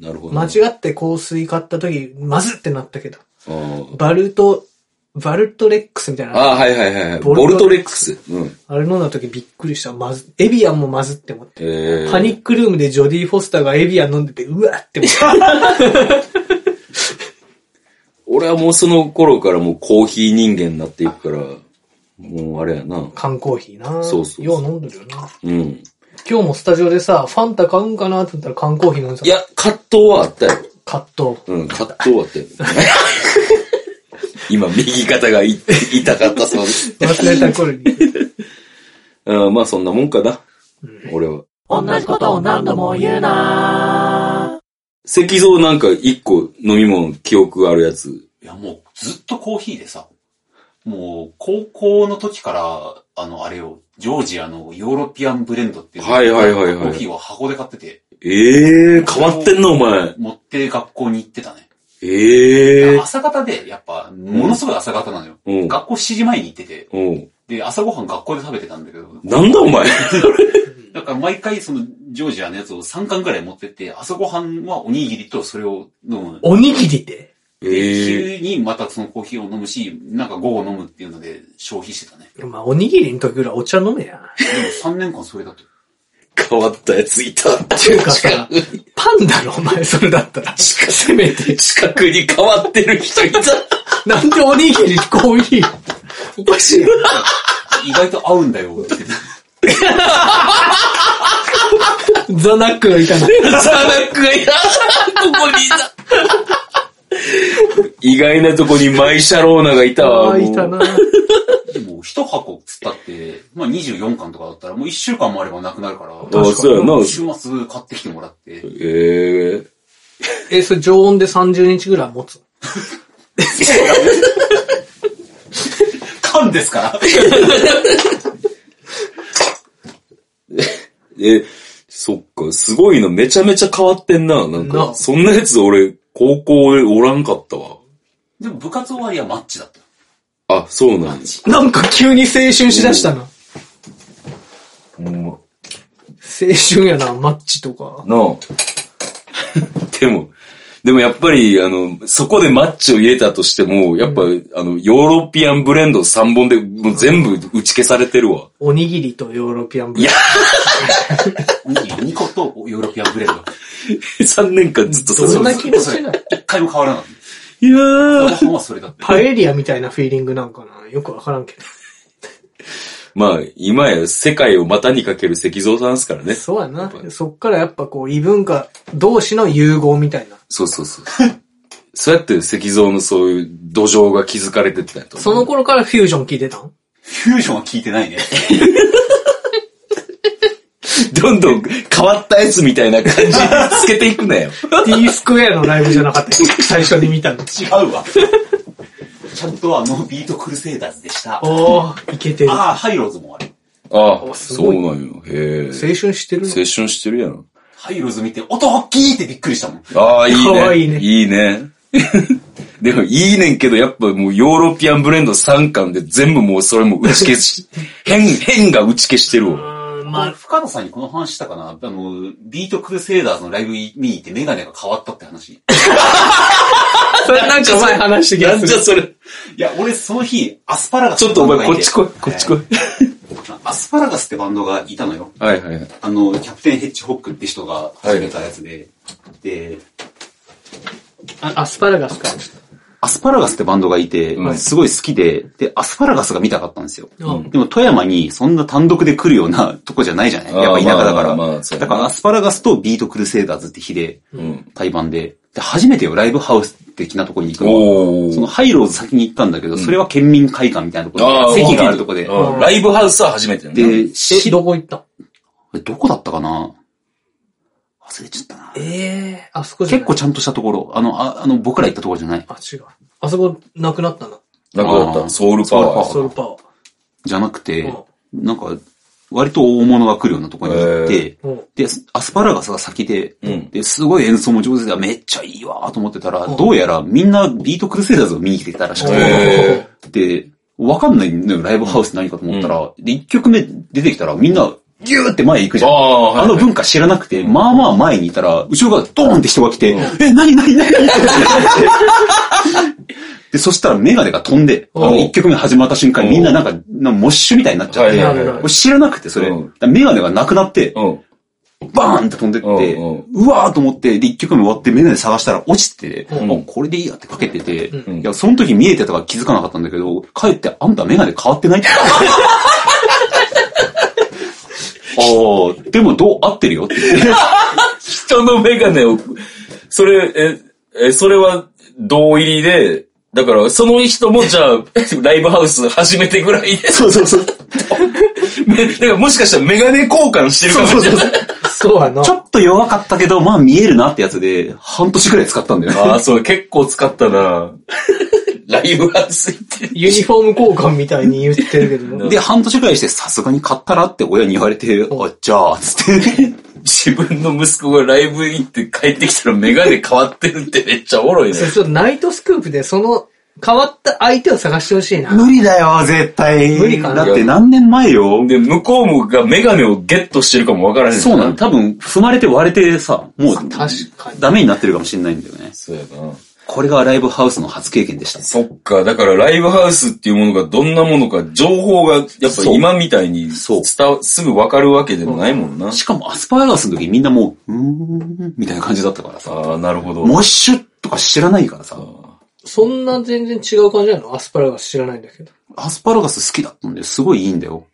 [SPEAKER 2] なるほど。
[SPEAKER 3] 間
[SPEAKER 2] あ
[SPEAKER 3] 違って香水買った時、まずってなったけど。
[SPEAKER 2] ー
[SPEAKER 3] バルト、バルトレックスみたいな。
[SPEAKER 2] あー、はいはいはいはい。
[SPEAKER 3] ボ
[SPEAKER 2] ボ
[SPEAKER 3] ル
[SPEAKER 2] ル
[SPEAKER 3] ト
[SPEAKER 2] トレックス。うん。
[SPEAKER 3] あれ飲んだ時びっくりした。まず、エビアンもまずって思って。
[SPEAKER 2] ええ
[SPEAKER 3] パニックルームでジョディ・フォスターがエビアン飲んでて、うわって思って。 [laughs]
[SPEAKER 2] 俺はもうその頃からもうコーヒー人間になっていくから、もうあれやな。
[SPEAKER 3] 缶コーヒーな
[SPEAKER 2] そうそうそう
[SPEAKER 3] よう飲んでるよな。
[SPEAKER 2] うん。
[SPEAKER 3] 今日もスタジオでさ、ファンタ買うんかなって言ったら缶コーヒー飲んでた。
[SPEAKER 2] い、や、葛藤はあったよ。
[SPEAKER 3] 葛藤。
[SPEAKER 2] うん、葛藤はあったよ。 [laughs] 今、右肩がい痛かったそうです。
[SPEAKER 3] 忘れた頃 [laughs] に。
[SPEAKER 2] うん、まあそんなもんかな。俺は。
[SPEAKER 4] 同じことを何度も言うな
[SPEAKER 2] 石像なんか一個飲み物記憶あるやつ。
[SPEAKER 1] ーいや、もうずっとコーヒーでさ、もう高校の時から、あの、あれを、ジョージアのヨーロピアンブレンドっていう、
[SPEAKER 2] はいはいはいはい
[SPEAKER 1] コーヒーを箱で買ってて、
[SPEAKER 2] ええー、変わってんな、お前。
[SPEAKER 1] 持って学校に行ってたね。
[SPEAKER 2] ええー。
[SPEAKER 1] 朝方で、やっぱ、ものすごい朝方なのよ。
[SPEAKER 2] うん。
[SPEAKER 1] 学校7時前に行ってて、
[SPEAKER 2] うん。
[SPEAKER 1] で、朝ごはん学校で食べてたんだけど、
[SPEAKER 2] なんだお前。
[SPEAKER 1] だから毎回そのジョージアのやつを3巻くらい持ってって、朝ごはんはおにぎりとそれを飲む。
[SPEAKER 3] おにぎりで。
[SPEAKER 2] [laughs] ええー。
[SPEAKER 1] 昼にまたそのコーヒーを飲むし、なんか午後飲むっていうので消費してたね。
[SPEAKER 3] まあ、おにぎりの時ぐらいお茶飲めや。
[SPEAKER 1] でも3年間それだと。
[SPEAKER 2] 変わったやついた。
[SPEAKER 3] 中華さ、 [laughs] パンだろ、お前、それだったら。せめて。
[SPEAKER 2] 近くに変わってる人いた。
[SPEAKER 3] なんでおにぎり、コーヒー。おかしいよ。
[SPEAKER 1] 意外と合うんだよって言ってた。
[SPEAKER 3] ザナックがいたな。
[SPEAKER 2] ザナックがいた。ここにいた。意外なとこにマイシャローナがいたわ。
[SPEAKER 3] ああ、いたな。
[SPEAKER 1] でも1箱つったって、まあ24巻とかだったらもう1週間もあればなくなるから、
[SPEAKER 2] ああ、そうやな。
[SPEAKER 1] 週末買ってきてもらって、
[SPEAKER 2] ええ
[SPEAKER 3] え、それ常温で30日ぐらい持つ。
[SPEAKER 1] 缶ですから
[SPEAKER 2] え、そっか、すごいな。めちゃめちゃ変わってんな。なん
[SPEAKER 3] な
[SPEAKER 2] か、そんなやつ俺、高校でおらんかったわ。
[SPEAKER 1] でも部活終わりはマッチだった。
[SPEAKER 2] あ、そうなんや。
[SPEAKER 3] なんか急に青春しだしたな。
[SPEAKER 2] ほんま
[SPEAKER 3] 青春やな、マッチと
[SPEAKER 2] [laughs]
[SPEAKER 3] か。
[SPEAKER 2] なあ。でも、でもやっぱり、あの、そこでマッチを入れたとしても、やっぱ、あの、ヨーロピアンブレンド3本で、もう全部打ち消されてるわ。
[SPEAKER 3] おにぎりとヨーロピアンブレン
[SPEAKER 1] 2個とヨーロピアンブレンド。
[SPEAKER 2] [laughs] 3年間ずっと [laughs]
[SPEAKER 3] ド。
[SPEAKER 2] そ
[SPEAKER 3] どん
[SPEAKER 2] れ
[SPEAKER 3] な気持ちなの
[SPEAKER 1] 一回も変わらない。
[SPEAKER 2] いやー。
[SPEAKER 1] ご飯はそれだった。
[SPEAKER 3] パエリアみたいなフィーリングなんかなよくわからんけ
[SPEAKER 2] まあ、今や世界を股にかける石像さんですから
[SPEAKER 3] ど。
[SPEAKER 2] ね。
[SPEAKER 3] そうやな
[SPEAKER 2] やっ。ぱ
[SPEAKER 3] そっからやっぱこう異文化同士の融合みたいな。
[SPEAKER 2] そうそうそう。 [laughs] そうやって石像のそういう土壌が築かれてったんやと思う。
[SPEAKER 3] その頃からフュージョン聞いてたん
[SPEAKER 1] フュージョンは聞いてないね。
[SPEAKER 2] どんどん変わったやつみたいな感じにつけていくなよ。
[SPEAKER 3] ?T スクエアのライブじゃなかったよ最初に見たの。
[SPEAKER 1] 違
[SPEAKER 2] [laughs]
[SPEAKER 1] うわ。ちゃんとあの、ビートクルセイダーズでした。あ
[SPEAKER 3] おー、いけてる。青
[SPEAKER 1] あー、ハイローズもある。
[SPEAKER 2] [laughs] ああ、
[SPEAKER 3] す
[SPEAKER 2] そ
[SPEAKER 3] ごいう
[SPEAKER 2] なんよ。へえ。
[SPEAKER 3] 春してるの
[SPEAKER 2] 青春してるやん。
[SPEAKER 1] ハイローズ見て、音大きいってびっくりしたもん。
[SPEAKER 2] ああ、いいね。
[SPEAKER 3] かわいいね
[SPEAKER 2] いいね。 [laughs] でも、いいねんけど、やっぱもうヨーロピアンブレンド3巻で全部もうそれも打ち消 [laughs] し、変、変が打ち消してる
[SPEAKER 3] う
[SPEAKER 2] わ。
[SPEAKER 3] ーん、
[SPEAKER 1] ま
[SPEAKER 3] ま
[SPEAKER 1] あ、
[SPEAKER 3] あ、
[SPEAKER 1] 深野さんにこの話したかなあの、ビートクルセイダーズのライブ見に行ってメガネが変わったって話。い
[SPEAKER 3] それなんか前話してき
[SPEAKER 2] な
[SPEAKER 3] た
[SPEAKER 2] んじゃそれ。
[SPEAKER 1] や、俺その日、アスパラガス
[SPEAKER 2] ちょっとお前こっち来い、こっち来い。
[SPEAKER 1] アスパラガスってバンドがいたのよ。
[SPEAKER 2] はいはいはい。
[SPEAKER 1] あの、キャプテンヘッジホックって人が始めたやつで。で、
[SPEAKER 3] あアスパラガスか。
[SPEAKER 1] アスパラガスってバンドがいて、
[SPEAKER 2] うん
[SPEAKER 1] すごい好きで、で、アスパラガスが見たかったんですよ。
[SPEAKER 3] うん
[SPEAKER 1] でも富山にそんな単独で来るような [laughs] とこじゃないじゃない
[SPEAKER 2] あー
[SPEAKER 1] やっぱ田舎だから。
[SPEAKER 2] まあまあそうや
[SPEAKER 1] だ
[SPEAKER 2] な
[SPEAKER 1] からアスパラガスとビートクルセイダーズって日で、
[SPEAKER 2] うん。
[SPEAKER 1] 対バンで。で、初めてよ、ライブハウス的なとこに行くの。
[SPEAKER 2] お
[SPEAKER 1] そのハイローズ先に行ったんだけど、それは県民会館みたいなところで、席があるとこで。
[SPEAKER 2] うんライブハウスは初めてやな
[SPEAKER 1] で、
[SPEAKER 3] え、
[SPEAKER 1] し
[SPEAKER 3] どこ行ったん
[SPEAKER 1] どこだったかな忘れちゃったな。
[SPEAKER 3] ええあそこじゃな
[SPEAKER 1] 結
[SPEAKER 3] い
[SPEAKER 1] 構ちゃんとしたところ。あの、ああの、僕ら行ったところじゃない。
[SPEAKER 3] あ、違う。あそこ、なくなったな。
[SPEAKER 2] なんかあっ
[SPEAKER 1] あー
[SPEAKER 2] た。ソウルパワ
[SPEAKER 1] そ
[SPEAKER 2] ー。
[SPEAKER 1] う
[SPEAKER 3] ソウルパワ
[SPEAKER 1] じゃなくて、なんか、割と大物が来るようなところに行って、
[SPEAKER 3] ー。うん。
[SPEAKER 1] で、アスパラガスが先で、
[SPEAKER 2] うん
[SPEAKER 1] で、すごい演奏も上手で、めっちゃいいわーと思ってたら、
[SPEAKER 3] うん
[SPEAKER 1] どうやらみんなビートクルセイダーズを見に来てたらしくて、
[SPEAKER 2] へ
[SPEAKER 1] で、わかんないのよ、ライブハウス何かと思ったら、で、一曲目出てきたらみんな、ギューって前行くじゃん。
[SPEAKER 2] ああー、
[SPEAKER 1] あの
[SPEAKER 2] はい。
[SPEAKER 1] 文化知らなくて、まあまあ前にいたら、後ろからドーンって人が来て、え、なになになにってで、そしたらメガネが飛んで、あの一曲目始まった瞬間にみんななんか、なんかモッシュみたいになっちゃっ
[SPEAKER 2] はい
[SPEAKER 1] て、
[SPEAKER 2] は
[SPEAKER 3] ないる
[SPEAKER 2] は
[SPEAKER 3] ない
[SPEAKER 1] 俺知らなくて、それ。だ
[SPEAKER 2] うん
[SPEAKER 1] からメガネがなくなって、
[SPEAKER 2] うん。
[SPEAKER 1] バーンって飛んでって、
[SPEAKER 2] うんうん
[SPEAKER 1] うわーと思って、で、一曲目終わってメガネ探したら落ちてて、
[SPEAKER 3] うん
[SPEAKER 1] もうこれでいいやってかけてて、
[SPEAKER 3] うん
[SPEAKER 1] いや、その時見えてたから気づかなかったんだけど、帰ってあんたメガネ変わってないって言って。ああ、でもどう合ってるよって言って。
[SPEAKER 2] 人のメガネを、それ、え、え、それは同入りで、だから、その人もじゃ [laughs] あ、ライブハウス始めてぐらいで。そう [laughs] そうそう。だからもしかしたらメガネ交換してるかもしれない。
[SPEAKER 3] [laughs] そうやな
[SPEAKER 1] ち。ょっと弱かったけど、まあ見えるなってやつで、半年くらい使ったんだよね。
[SPEAKER 2] ああ、そう、結構使ったなライブハウス行ってる。
[SPEAKER 3] ユニフォーム交換みたいに言ってるけど。
[SPEAKER 1] で、半年くらいして、さすがに買ったらって親に言われて、あ、じゃあ、つって。
[SPEAKER 2] 自分の息子がライブ行って帰ってきたらメガネ変わってるってめっちゃおもろいね
[SPEAKER 3] そ。れちょっとナイトスクープでその変わった相手を探してほしいな。
[SPEAKER 1] 無理だよ、絶対。
[SPEAKER 3] 無理かな
[SPEAKER 1] だって何年前よ。
[SPEAKER 2] で、向こうもがメガネをゲットしてるかもわからへん。
[SPEAKER 1] そうなの。多分、踏まれて割れてさ、もう、
[SPEAKER 3] 確かに
[SPEAKER 1] ダメになってるかもしれないんだよね。
[SPEAKER 2] そうやな。
[SPEAKER 1] これがライブハウスの初経験でした。
[SPEAKER 2] そっか、だからライブハウスっていうものがどんなものか、情報がやっぱ
[SPEAKER 1] そう
[SPEAKER 2] 今みたいに
[SPEAKER 1] そう
[SPEAKER 2] 伝わすぐわかるわけでもないもんな。
[SPEAKER 1] しかも、アスパラガスの時みんなもう、うーん、みたいな感じだったからさ、
[SPEAKER 2] ああ、なるほど。
[SPEAKER 1] モッシュとか知らないからさ、
[SPEAKER 3] そんな全然違う感じなのアスパラガス知らないんだけど。
[SPEAKER 1] アスパラガス好きだったんで、すごいいいんだよ。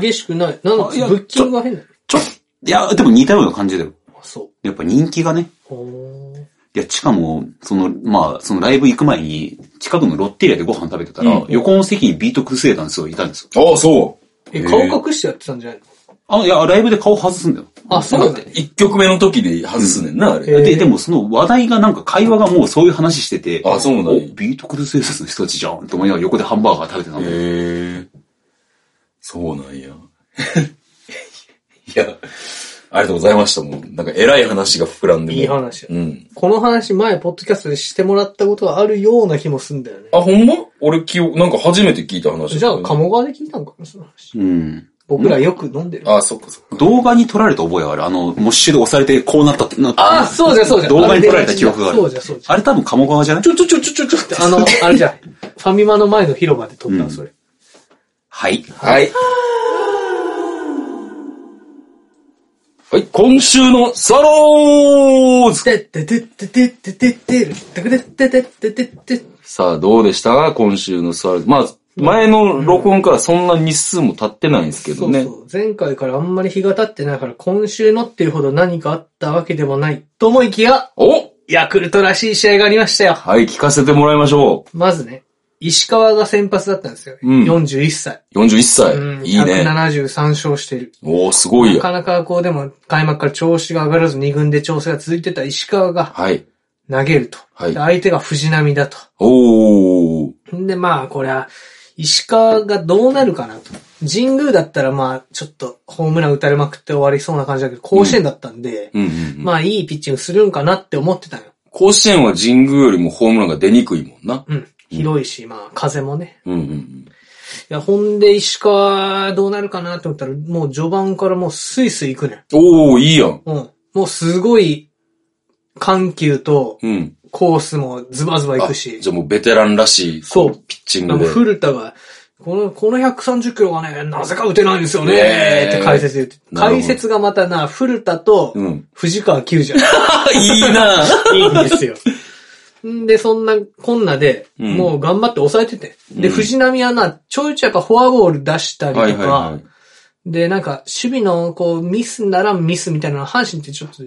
[SPEAKER 3] 激しくない。なんか
[SPEAKER 1] あいや
[SPEAKER 3] ブッキングが変だよ。
[SPEAKER 1] ちょっ、いや、でも似たような感じだよ。
[SPEAKER 3] あ、そ
[SPEAKER 1] やっぱ人気がね。
[SPEAKER 3] う。おー
[SPEAKER 1] いや、しかも、その、まあ、そのライブ行く前に、近くのロッテリアでご飯食べてたら、
[SPEAKER 2] うん
[SPEAKER 1] 横の席にビートクルセイダーの人がいたんですよ。
[SPEAKER 2] ああ、そう。
[SPEAKER 3] え、
[SPEAKER 2] へー
[SPEAKER 3] 顔隠してやってたんじゃないの
[SPEAKER 1] あ、いや、ライブで顔外すんだよ。
[SPEAKER 3] あ、そうなんだ。
[SPEAKER 2] 一曲目の時で外すねんな、あ
[SPEAKER 3] へ
[SPEAKER 2] れ。
[SPEAKER 3] え
[SPEAKER 1] で、
[SPEAKER 3] ー
[SPEAKER 1] でもその話題がなんか会話がもうそういう話してて、
[SPEAKER 2] あそうなんだ
[SPEAKER 1] おビートクルセイダーズの人たちじゃんと思いながら横でハンバーガー食べてたの。
[SPEAKER 2] へえ。そうなんや。い [laughs] や、ありがとうございました。もう、なんか偉い話が膨らんでも
[SPEAKER 3] いい話
[SPEAKER 2] う
[SPEAKER 3] や
[SPEAKER 2] ん。
[SPEAKER 3] この話前、ポッドキャストでしてもらったことがあるような気もすんだよね。
[SPEAKER 2] あ、ほんま俺、記憶、なんか初めて聞いた話。
[SPEAKER 3] じゃあ、鴨川で聞いたんかな、その話。
[SPEAKER 1] うん。
[SPEAKER 3] 僕らよく飲んでる。
[SPEAKER 2] あ、そっかそっか。
[SPEAKER 1] 動画に撮られた覚えがある。あの、モッシュで押されてこうなったってな
[SPEAKER 3] ああ、そうじゃんそうじゃん。
[SPEAKER 1] 動画に撮られた記憶がある。
[SPEAKER 3] そうじゃんそうじゃん。
[SPEAKER 1] あれ多分鴨川じゃない
[SPEAKER 3] ちょちょちょちょちょちょって、あの、あれじゃん。ファミマの前の広場で撮ったの、それ。
[SPEAKER 1] はい。
[SPEAKER 2] はい。はい、今週のスワローズ
[SPEAKER 3] てっててっててっててってる。てくれてててててて。
[SPEAKER 2] さあ、どうでしたか今週のスワローズ。まあ、前の録音からそんな日数も経ってないんですけ
[SPEAKER 3] そ
[SPEAKER 2] ど
[SPEAKER 3] う
[SPEAKER 2] ね。
[SPEAKER 3] そう。前回からあんまり日が経ってないから、今週のっていうほど何かあったわけでもない。と思いきや、
[SPEAKER 2] お
[SPEAKER 3] ヤクルトらしい試合がありましたよ。
[SPEAKER 2] はい、聞かせてもらいましょ
[SPEAKER 3] まずね、石川が先発だったんですよ。
[SPEAKER 2] うん
[SPEAKER 3] 41歳。
[SPEAKER 2] う。41歳。
[SPEAKER 3] うん、
[SPEAKER 2] いいね。
[SPEAKER 3] 173勝してる。
[SPEAKER 2] おー、すごい
[SPEAKER 3] な
[SPEAKER 2] や。
[SPEAKER 3] かなかこうでも開幕から調子が上がらず2軍で調整が続いてた石川が
[SPEAKER 2] はい。
[SPEAKER 3] 投げると。
[SPEAKER 2] はい
[SPEAKER 3] で相手が藤波だと。
[SPEAKER 2] おー。
[SPEAKER 3] んでまあこれは石川がどうなるかなと。神宮だったらまあちょっとホームラン打たれまくって終わりそうな感じだけど、甲子園だったんで、
[SPEAKER 2] うんうんうん。
[SPEAKER 3] まあいいピッチングするんかなって思ってたのよ。
[SPEAKER 2] 甲子園は神宮よりもホームランが出にくいもんな。
[SPEAKER 3] うん。広いし、まあ風もね。
[SPEAKER 2] うんうんうん。
[SPEAKER 3] いや、ほんで石川どうなるかなって思ったら、もう序盤からもうスイスイ行くねん。
[SPEAKER 2] おー、いいやん。
[SPEAKER 3] うん。もうすごい緩急と
[SPEAKER 2] うん。
[SPEAKER 3] コースもズバズバ行くし
[SPEAKER 2] じ。ゃあもうベテランらしい、
[SPEAKER 3] そう
[SPEAKER 2] こピッチン
[SPEAKER 3] で
[SPEAKER 2] グ
[SPEAKER 3] も
[SPEAKER 2] で。
[SPEAKER 3] 古田が、この、この130キロがね、なぜか打てないんですよね
[SPEAKER 2] ねえ
[SPEAKER 3] って解説で言って。
[SPEAKER 2] なるほど
[SPEAKER 3] 解説がまたな、古田と
[SPEAKER 2] うん。
[SPEAKER 3] 藤川球じゃん。
[SPEAKER 2] あ、いい
[SPEAKER 3] [laughs]
[SPEAKER 2] な
[SPEAKER 3] いいんですよ。ん [laughs] で、そんな、こんなで、
[SPEAKER 2] うん
[SPEAKER 3] もう頑張って抑えてて。で、
[SPEAKER 2] うん
[SPEAKER 3] 藤浪はな、ちょいちょいやっぱフォアボール出したりとか、
[SPEAKER 2] はいはいはい。
[SPEAKER 3] で、なんか、守備の、こう、ミスならミスみたいなの、阪神ってちょっと、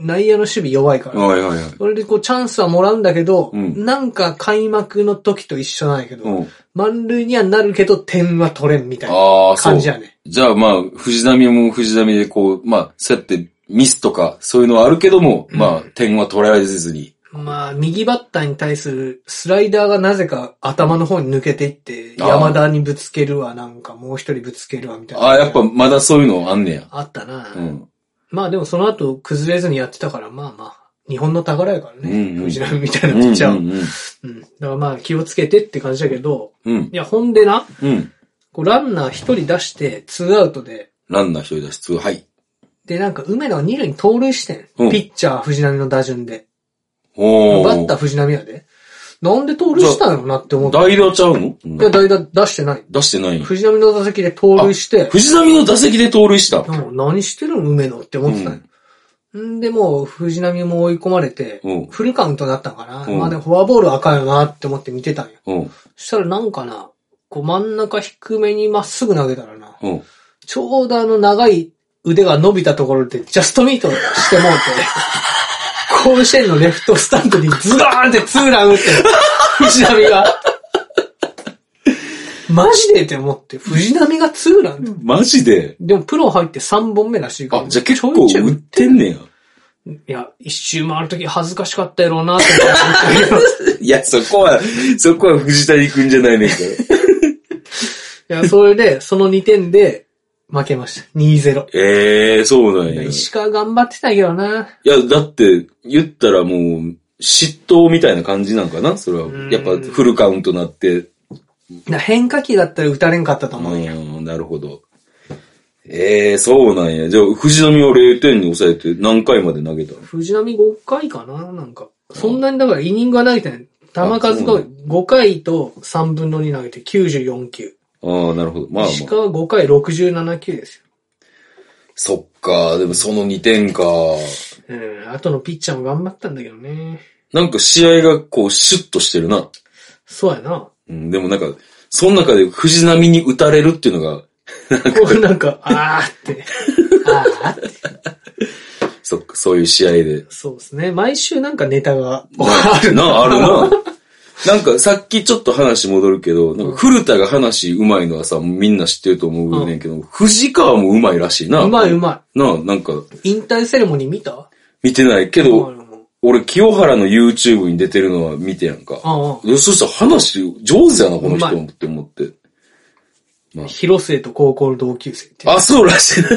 [SPEAKER 3] 内野の守備弱いから。
[SPEAKER 2] はいはいはい。
[SPEAKER 3] それでこうチャンスはもらうんだけど、
[SPEAKER 2] うん
[SPEAKER 3] なんか開幕の時と一緒なんやけど、
[SPEAKER 2] うん。
[SPEAKER 3] 満塁にはなるけど点は取れんみたいな
[SPEAKER 2] ああ、そ
[SPEAKER 3] 感
[SPEAKER 2] う
[SPEAKER 3] じ。やね。
[SPEAKER 2] じゃあまあ、藤波も藤波でこう、まあ、そうやってミスとか、そういうのはあるけども、
[SPEAKER 3] うん
[SPEAKER 2] まあ、点は取られずに。
[SPEAKER 3] まあ、右バッターに対するスライダーがなぜか頭の方に抜けていって、
[SPEAKER 2] あー
[SPEAKER 3] 山田にぶつけるわ、なんかもう一人ぶつけるわ、みたいな。
[SPEAKER 2] ああ、やっぱまだそういうのあんねや。
[SPEAKER 3] あったな、
[SPEAKER 2] うん。
[SPEAKER 3] まあでもその後崩れずにやってたから、まあまあ、日本の宝やからね。
[SPEAKER 2] うんうん
[SPEAKER 3] 藤浪みた
[SPEAKER 2] う
[SPEAKER 3] い
[SPEAKER 2] ん
[SPEAKER 3] なピッチャーは、
[SPEAKER 2] うん
[SPEAKER 3] うん。だからまあ気をつけてって感じだけど、
[SPEAKER 2] うん。うん。
[SPEAKER 3] いや、ほんでな、
[SPEAKER 2] うん。
[SPEAKER 3] こうランナー一人出して、ツーアウトで、
[SPEAKER 2] ランナー一人出し、つはい。
[SPEAKER 3] で、なんか、梅野は二塁に盗塁してん。
[SPEAKER 2] うん
[SPEAKER 3] ピッチャー藤浪の打順で。
[SPEAKER 2] お
[SPEAKER 3] バッター
[SPEAKER 2] ー。
[SPEAKER 3] 藤浪やで。なんで盗塁したんやろなって思って。
[SPEAKER 2] 代打ちゃうの
[SPEAKER 3] いや、代打出してない。
[SPEAKER 2] 出してないんや
[SPEAKER 3] 藤浪の打席で盗塁して、
[SPEAKER 2] 藤波の打席で盗塁した。う
[SPEAKER 3] なんか何してるん梅野って思ってたんよんで、もう、藤浪も追い込まれて
[SPEAKER 2] うん、
[SPEAKER 3] フルカウントだったんかな。
[SPEAKER 2] うん
[SPEAKER 3] まあでもフォアボールはあかんよなって思って見てたんよ。
[SPEAKER 2] ん。
[SPEAKER 3] そしたらなんかな、こう真ん中低めにまっすぐ投げたらな、
[SPEAKER 2] うん。
[SPEAKER 3] ちょうどあの長い腕が伸びたところでジャストミートし
[SPEAKER 2] [laughs]
[SPEAKER 3] てもうて、甲子園のレフトスタンドにズガーンってツーラン打って、藤浪が。マジでって思って、藤浪がツーランって。
[SPEAKER 2] マジで。
[SPEAKER 3] でもプロ入って3本目らしいから。
[SPEAKER 2] あ、じゃあ結構
[SPEAKER 3] ちょいちょい
[SPEAKER 2] 売ってんねや。
[SPEAKER 3] いや、一周回るとき恥ずかしかったやろうなって思ってたけど。
[SPEAKER 2] いや、そこは、そこは藤谷くんじゃないねん
[SPEAKER 3] [laughs]
[SPEAKER 2] から。
[SPEAKER 3] いや、それで、その2点で負けました。2-0。
[SPEAKER 2] ええー、そうなんや。
[SPEAKER 3] 石川頑張ってたけどな。
[SPEAKER 2] いや、だって、言ったらもう、嫉妬みたいな感じなんかなそれは
[SPEAKER 3] ん。
[SPEAKER 2] やっぱ、フルカウントなって。
[SPEAKER 3] な変化球だったら打たれんかったと
[SPEAKER 2] う
[SPEAKER 3] 思うよ。
[SPEAKER 2] ーん、なるほど。ええー、そうなんや。じゃあ、藤波を0点に抑えて何回まで投げたの
[SPEAKER 3] 藤浪5回かななんか。そんなにだからイニングは投げてない。球
[SPEAKER 2] あそ
[SPEAKER 3] 数
[SPEAKER 2] うな
[SPEAKER 3] が
[SPEAKER 2] ん
[SPEAKER 3] 5回と3分の2投げて94球。
[SPEAKER 2] ああ、なるほど。まあ
[SPEAKER 3] 石
[SPEAKER 2] まあ。
[SPEAKER 3] 川5回67球ですよ。
[SPEAKER 2] そっか、でもその2点か。
[SPEAKER 3] うん、あとのピッチャーも頑張ったんだけどね。
[SPEAKER 2] なんか試合がこう、シュッとしてるな。
[SPEAKER 3] そうやな。
[SPEAKER 2] うん、でもなんか、その中で藤波に打たれるっていうのが、
[SPEAKER 3] こ [laughs] うなんか、あーって。あーって。
[SPEAKER 2] そっか、そういう試合で。
[SPEAKER 3] そうですね。毎週なんかネタ [laughs] が。
[SPEAKER 2] あるな、あるな。なんかさっきちょっと話戻るけど、なんか古田が話うまいのはさ、みんな知ってると思うねんけど、藤川もうまいらしいな。
[SPEAKER 3] うまいうま
[SPEAKER 2] なあ、なんか、
[SPEAKER 3] い。引退セレモニー見た
[SPEAKER 2] 見てないけ
[SPEAKER 3] う
[SPEAKER 2] ど、
[SPEAKER 3] んうん
[SPEAKER 2] 俺清原の YouTube に出てるのは見てやんか。
[SPEAKER 3] うん
[SPEAKER 2] でそしたら話上手やな、この
[SPEAKER 3] うま
[SPEAKER 2] 人
[SPEAKER 3] い
[SPEAKER 2] って思って。
[SPEAKER 3] 広末と高校の同級生って。
[SPEAKER 2] あ、そうらしいな。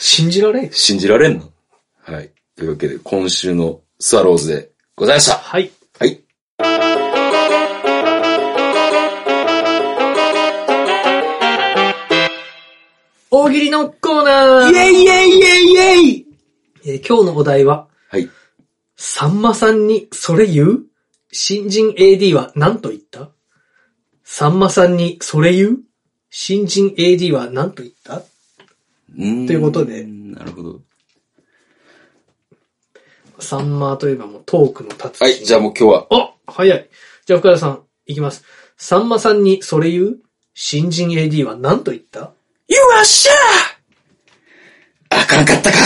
[SPEAKER 3] 信じられん。
[SPEAKER 2] 信じられんのはい。というわけで、今週のスワローズでございました。
[SPEAKER 3] はい。
[SPEAKER 2] はい。
[SPEAKER 3] 大喜利のコーナー
[SPEAKER 2] イェイイェイイェイイェイ
[SPEAKER 3] えー今日のお題は、
[SPEAKER 2] はい。
[SPEAKER 3] さんまさんにそれ言う新人 AD は何と言ったさんまさんにそれ言う新人 AD は何と言った
[SPEAKER 2] とい
[SPEAKER 3] ということで
[SPEAKER 2] なるほど。
[SPEAKER 3] さんまといえばもうトークの達人。
[SPEAKER 2] はい、じゃあもう今日は。
[SPEAKER 3] あ早い。じゃあ、福田さん、いきます。さんまさんにそれ言う新人 AD は何と言った
[SPEAKER 2] よっしゃーあかんかったか。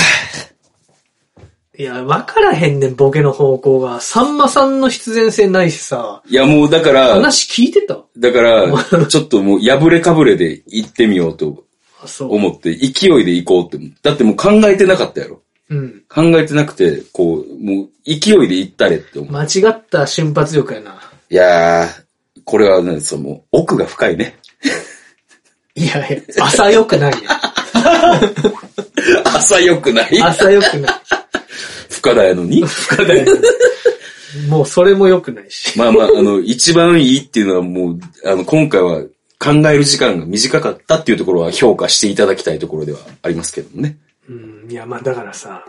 [SPEAKER 3] いや、わからへんねん、ボケの方向が。さんまさんの必然性ないしさ、
[SPEAKER 2] いやもうだから、
[SPEAKER 3] 話聞いてた
[SPEAKER 2] だから、ちょっともう破れかぶれで行ってみようと
[SPEAKER 3] あ、そう。
[SPEAKER 2] 思って、勢いで行こうって思う。だってもう考えてなかったやろ。
[SPEAKER 3] うん。
[SPEAKER 2] 考えてなくて、こう、もう勢いで行ったれって思う。
[SPEAKER 3] 間違った瞬発力やな。
[SPEAKER 2] いやー、これはね、その、奥が深いね。 [laughs]
[SPEAKER 3] いやい [laughs] や、朝良くないよ。
[SPEAKER 2] 浅良くない
[SPEAKER 3] 朝良くない。
[SPEAKER 2] 深田やのに。
[SPEAKER 3] 深田よもうそれも良くないし。
[SPEAKER 2] まあまあ、あの、一番いいっていうのはもう、あの、今回は考える時間が短かったっていうところは評価していただきたいところではありますけどもね。
[SPEAKER 3] うん、いや、まあだからさ、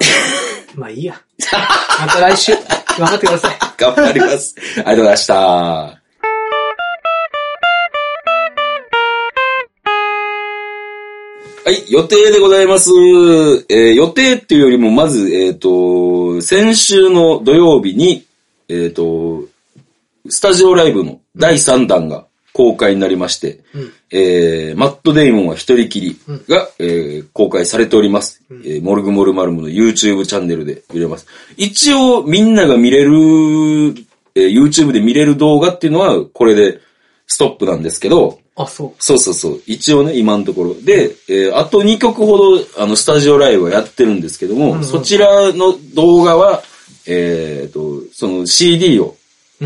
[SPEAKER 3] まあいいや。また来週、頑張ってください。
[SPEAKER 2] 頑張ります。ありがとうございました。はい、予定でございます。えー予定っていうよりも、まず、えっ、と、先週の土曜日に、えっ、と、スタジオライブの第3弾が公開になりまして、
[SPEAKER 3] うん
[SPEAKER 2] えーマット・デイモンは一人きりが、えー公開されております、えーモルグモルマルムの YouTube チャンネルで見れます。一応、みんなが見れる、えー YouTube で見れる動画っていうのは、これでストップなんですけど、
[SPEAKER 3] あ、そ
[SPEAKER 2] そうそうそう。一応ね、今のところ。で、えーあと2曲ほど、あの、スタジオライブはやってるんですけども、
[SPEAKER 3] うん
[SPEAKER 2] そちらの動画は、えーと、その CD を、こう、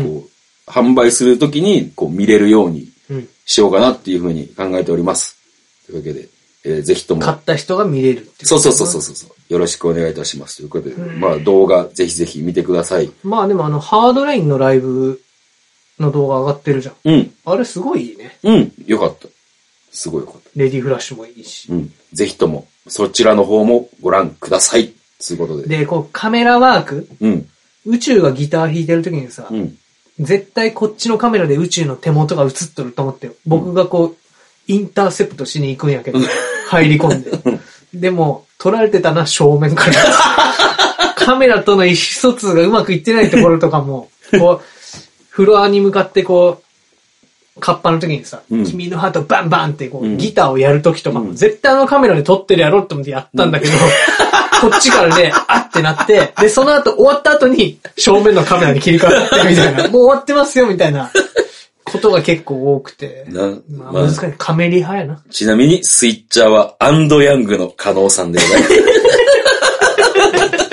[SPEAKER 2] 販売するときに、こう、見れるように
[SPEAKER 3] う。うん。
[SPEAKER 2] しようかなっていうふうに考えております。というわけで、えーぜひとも。
[SPEAKER 3] 買った人が見れるってい
[SPEAKER 2] そうそうそうそうそう。よろしくお願いいたします。ということで、まあ、動画、ぜひぜひ見てください。
[SPEAKER 3] まあでもあの、ハードレインのライブの動画上がってるじゃん。
[SPEAKER 2] うん、
[SPEAKER 3] あれすごいいいね。
[SPEAKER 2] うん、よかった。すごいよかった。
[SPEAKER 3] レディフラッシュもいいし。
[SPEAKER 2] うん。ぜひとも、そちらの方もご覧ください。ということで。
[SPEAKER 3] で、こう、カメラワーク
[SPEAKER 2] うん。
[SPEAKER 3] 宇宙がギター弾いてる時にさ、
[SPEAKER 2] うん。
[SPEAKER 3] 絶対こっちのカメラで宇宙の手元が映っとると思って、僕がこう、インターセプトしに行くんやけど、入り込んで。でも、撮られてたな、正面から。カメラとの意思疎通がうまくいってないところとかも、こう、フロアに向かってこう、カッパの時にさ、
[SPEAKER 2] うん
[SPEAKER 3] 君のハートバンバンってこう、
[SPEAKER 2] うん
[SPEAKER 3] ギターをやる時とかも、絶対あのカメラで撮ってるやろって思ってやったんだけど、こっちからね、あってなって、で、その後終わった後に、正面のカメラに切り替わってみたいな、もう終わってますよみたいな、ことが結構多くて、
[SPEAKER 2] な
[SPEAKER 3] まあ
[SPEAKER 2] まあ
[SPEAKER 3] 難しい。カメリ派やな。
[SPEAKER 2] ちなみに、スイッチャーは、アンドヤングの加納さんでござい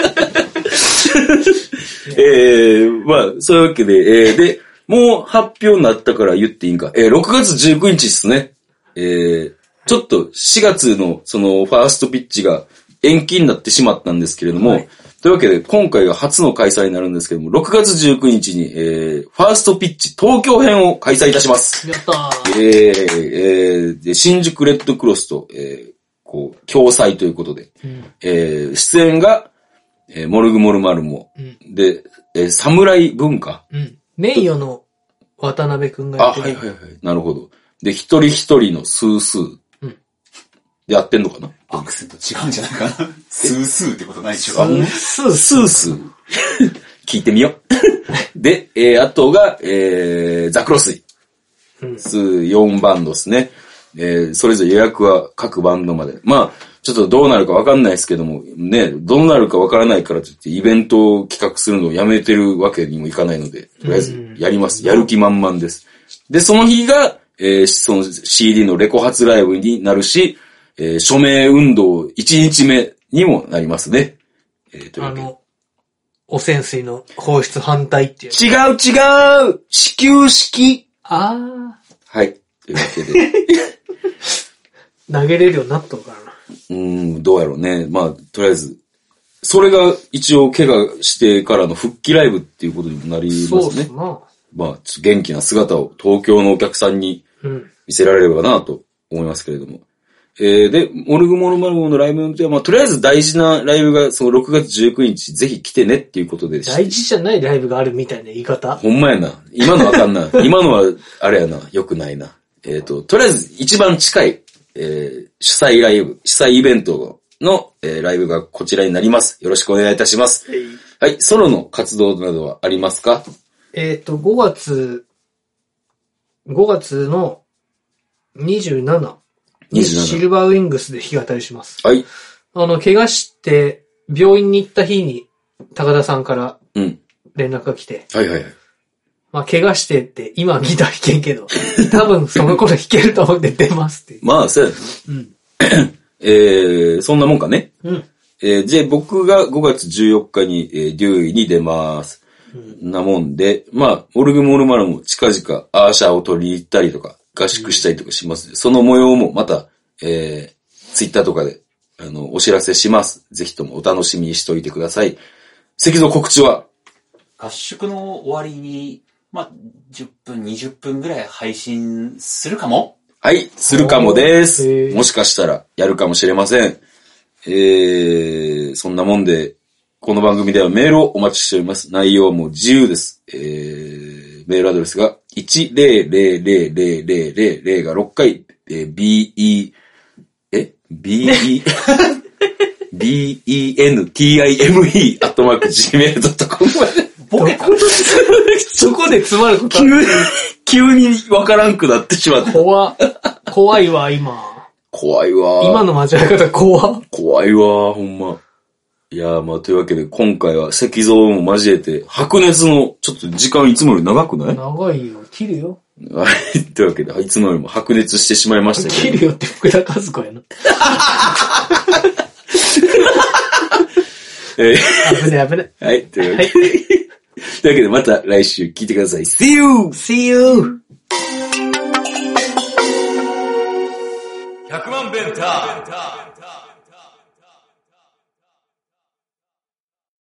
[SPEAKER 2] ます。えー、まあ、そういうわけで、えー、で、もう発表になったから言っていいんか。えー、6月19日ですね。えー、ちょっと4月のそのファーストピッチが延期になってしまったんですけれども、というわけで今回が初の開催になるんですけども、6月19日に、えー、ファーストピッチ東京編を開催いたします。
[SPEAKER 3] やったー。
[SPEAKER 2] えーえーで、新宿レッドクロスと、えーこう、共催ということで、えー出演が、えーモルグモルマルモ、で、えー、侍文化。
[SPEAKER 3] うん。名誉の渡辺くんが
[SPEAKER 2] あ、
[SPEAKER 3] やって
[SPEAKER 2] は
[SPEAKER 3] る。
[SPEAKER 2] いはいはい。なるほど。で、一人一人のスースー。
[SPEAKER 3] うん
[SPEAKER 2] で、やってんのかな
[SPEAKER 1] アクセント違うんじゃないかな。スースーってことないでしょ。
[SPEAKER 2] スースース
[SPEAKER 3] [laughs]
[SPEAKER 2] ー。聞いてみよう。で、えーあとが、えー、ザクロスイ。
[SPEAKER 3] うん
[SPEAKER 2] 4バンドですね。えーそれぞれ予約は各バンドまで。まあ、ちょっとどうなるかわかんないですけども、ね、どうなるかわからないからといって、イベントを企画するのをやめてるわけにもいかないので、とりあえずやります。やる気満々です。で、その日が、えーその CD のレコ発ライブになるし、えー署名運動1日目にもなりますね。えーという
[SPEAKER 3] あ
[SPEAKER 2] わけで
[SPEAKER 3] の、汚染水の放出反対っていう。
[SPEAKER 2] 違う違う始球式
[SPEAKER 3] あ
[SPEAKER 2] はい。というわけで。
[SPEAKER 3] ー、投げれるようになっとるからな。
[SPEAKER 2] うーん、どうやろうね。まあ、とりあえず、それが一応怪我してからの復帰ライブっていうことにもなりま
[SPEAKER 3] そうっ
[SPEAKER 2] すね
[SPEAKER 3] す。な。
[SPEAKER 2] まあ、ちょっと元気な姿を東京のお客さんに
[SPEAKER 3] うん。
[SPEAKER 2] 見せられればなと思いますけれども。えーで、モルグモルマルモのライブでは、まあ、とりあえず大事なライブが、その6月19日、ぜひ来てねっていうことでし
[SPEAKER 3] 大事じゃないライブがあるみたいな言い方
[SPEAKER 2] ほんまやな。今のわかん [laughs] ない。今のは、あれやな。良くないな。えっ、と、とりあえず一番近い、えー主催ライブ、主催イベントの、えーライブがこちらになります。よろしくお願いいたします。はい、ソロの活動などはありますか
[SPEAKER 3] えっ、と、5月、5月の27にシ
[SPEAKER 2] ?27。
[SPEAKER 3] ルバーウィングスで弾き語りします。
[SPEAKER 2] はい。
[SPEAKER 3] あの、怪我して病院に行った日に高田さんから
[SPEAKER 2] うん。
[SPEAKER 3] 連絡が来て、
[SPEAKER 2] はいはいはい。
[SPEAKER 3] まあ、怪我してって今見たら弾けんけ [laughs] ど、多分その頃弾けると思って出ますって。
[SPEAKER 2] まあ、そうやな。
[SPEAKER 3] うん。
[SPEAKER 2] [coughs] えー、そんなもんかね。
[SPEAKER 3] うん。
[SPEAKER 2] えー、で、僕が5月14日に、えー、デューイに出ます。なもんで、まあ、オルグモルマルも近々アーシャを取り入ったりとか、合宿したりとかします、その模様もまた、えー、ツイッターとかで、あの、お知らせします。ぜひともお楽しみにしておいてください。石像告知は
[SPEAKER 1] 合宿の終わりに、まあ、10分、20分ぐらい配信するかも
[SPEAKER 2] はい、するかもで
[SPEAKER 3] おーへ
[SPEAKER 2] す。
[SPEAKER 3] ー
[SPEAKER 2] もしかしたらやるかもしれません。えー、そんなもんで、この番組ではメールをお待ちしております。内容も自由です。えー、メールアドレスが1000000が6回、えー、be, え [laughs] ?be, bentime, アットマーク gmail.com まで。
[SPEAKER 1] ボケた
[SPEAKER 3] そこで詰まる [laughs] こと
[SPEAKER 2] 急に、急にわからんくなってしまった。
[SPEAKER 3] 怖怖いわ、今。
[SPEAKER 2] 怖いわー。
[SPEAKER 3] 今の交わり方怖
[SPEAKER 2] 怖いわー、ほんま。いやー、まあ、というわけで、今回は石像も交えて、白熱の、ちょっと時間いつもより長くない [laughs]
[SPEAKER 3] 長いよ。切るよ。
[SPEAKER 2] はい、というわけで、いつもよりも白熱してしまいましたけ
[SPEAKER 3] 切
[SPEAKER 2] ど、
[SPEAKER 3] るよって福田和子やな。
[SPEAKER 2] [laughs] え
[SPEAKER 3] 危ね危ね。
[SPEAKER 2] ーはい、 [laughs] というわけで、というわけで、また来週聞いてください。See you!
[SPEAKER 3] See you!
[SPEAKER 2] 100万ベンター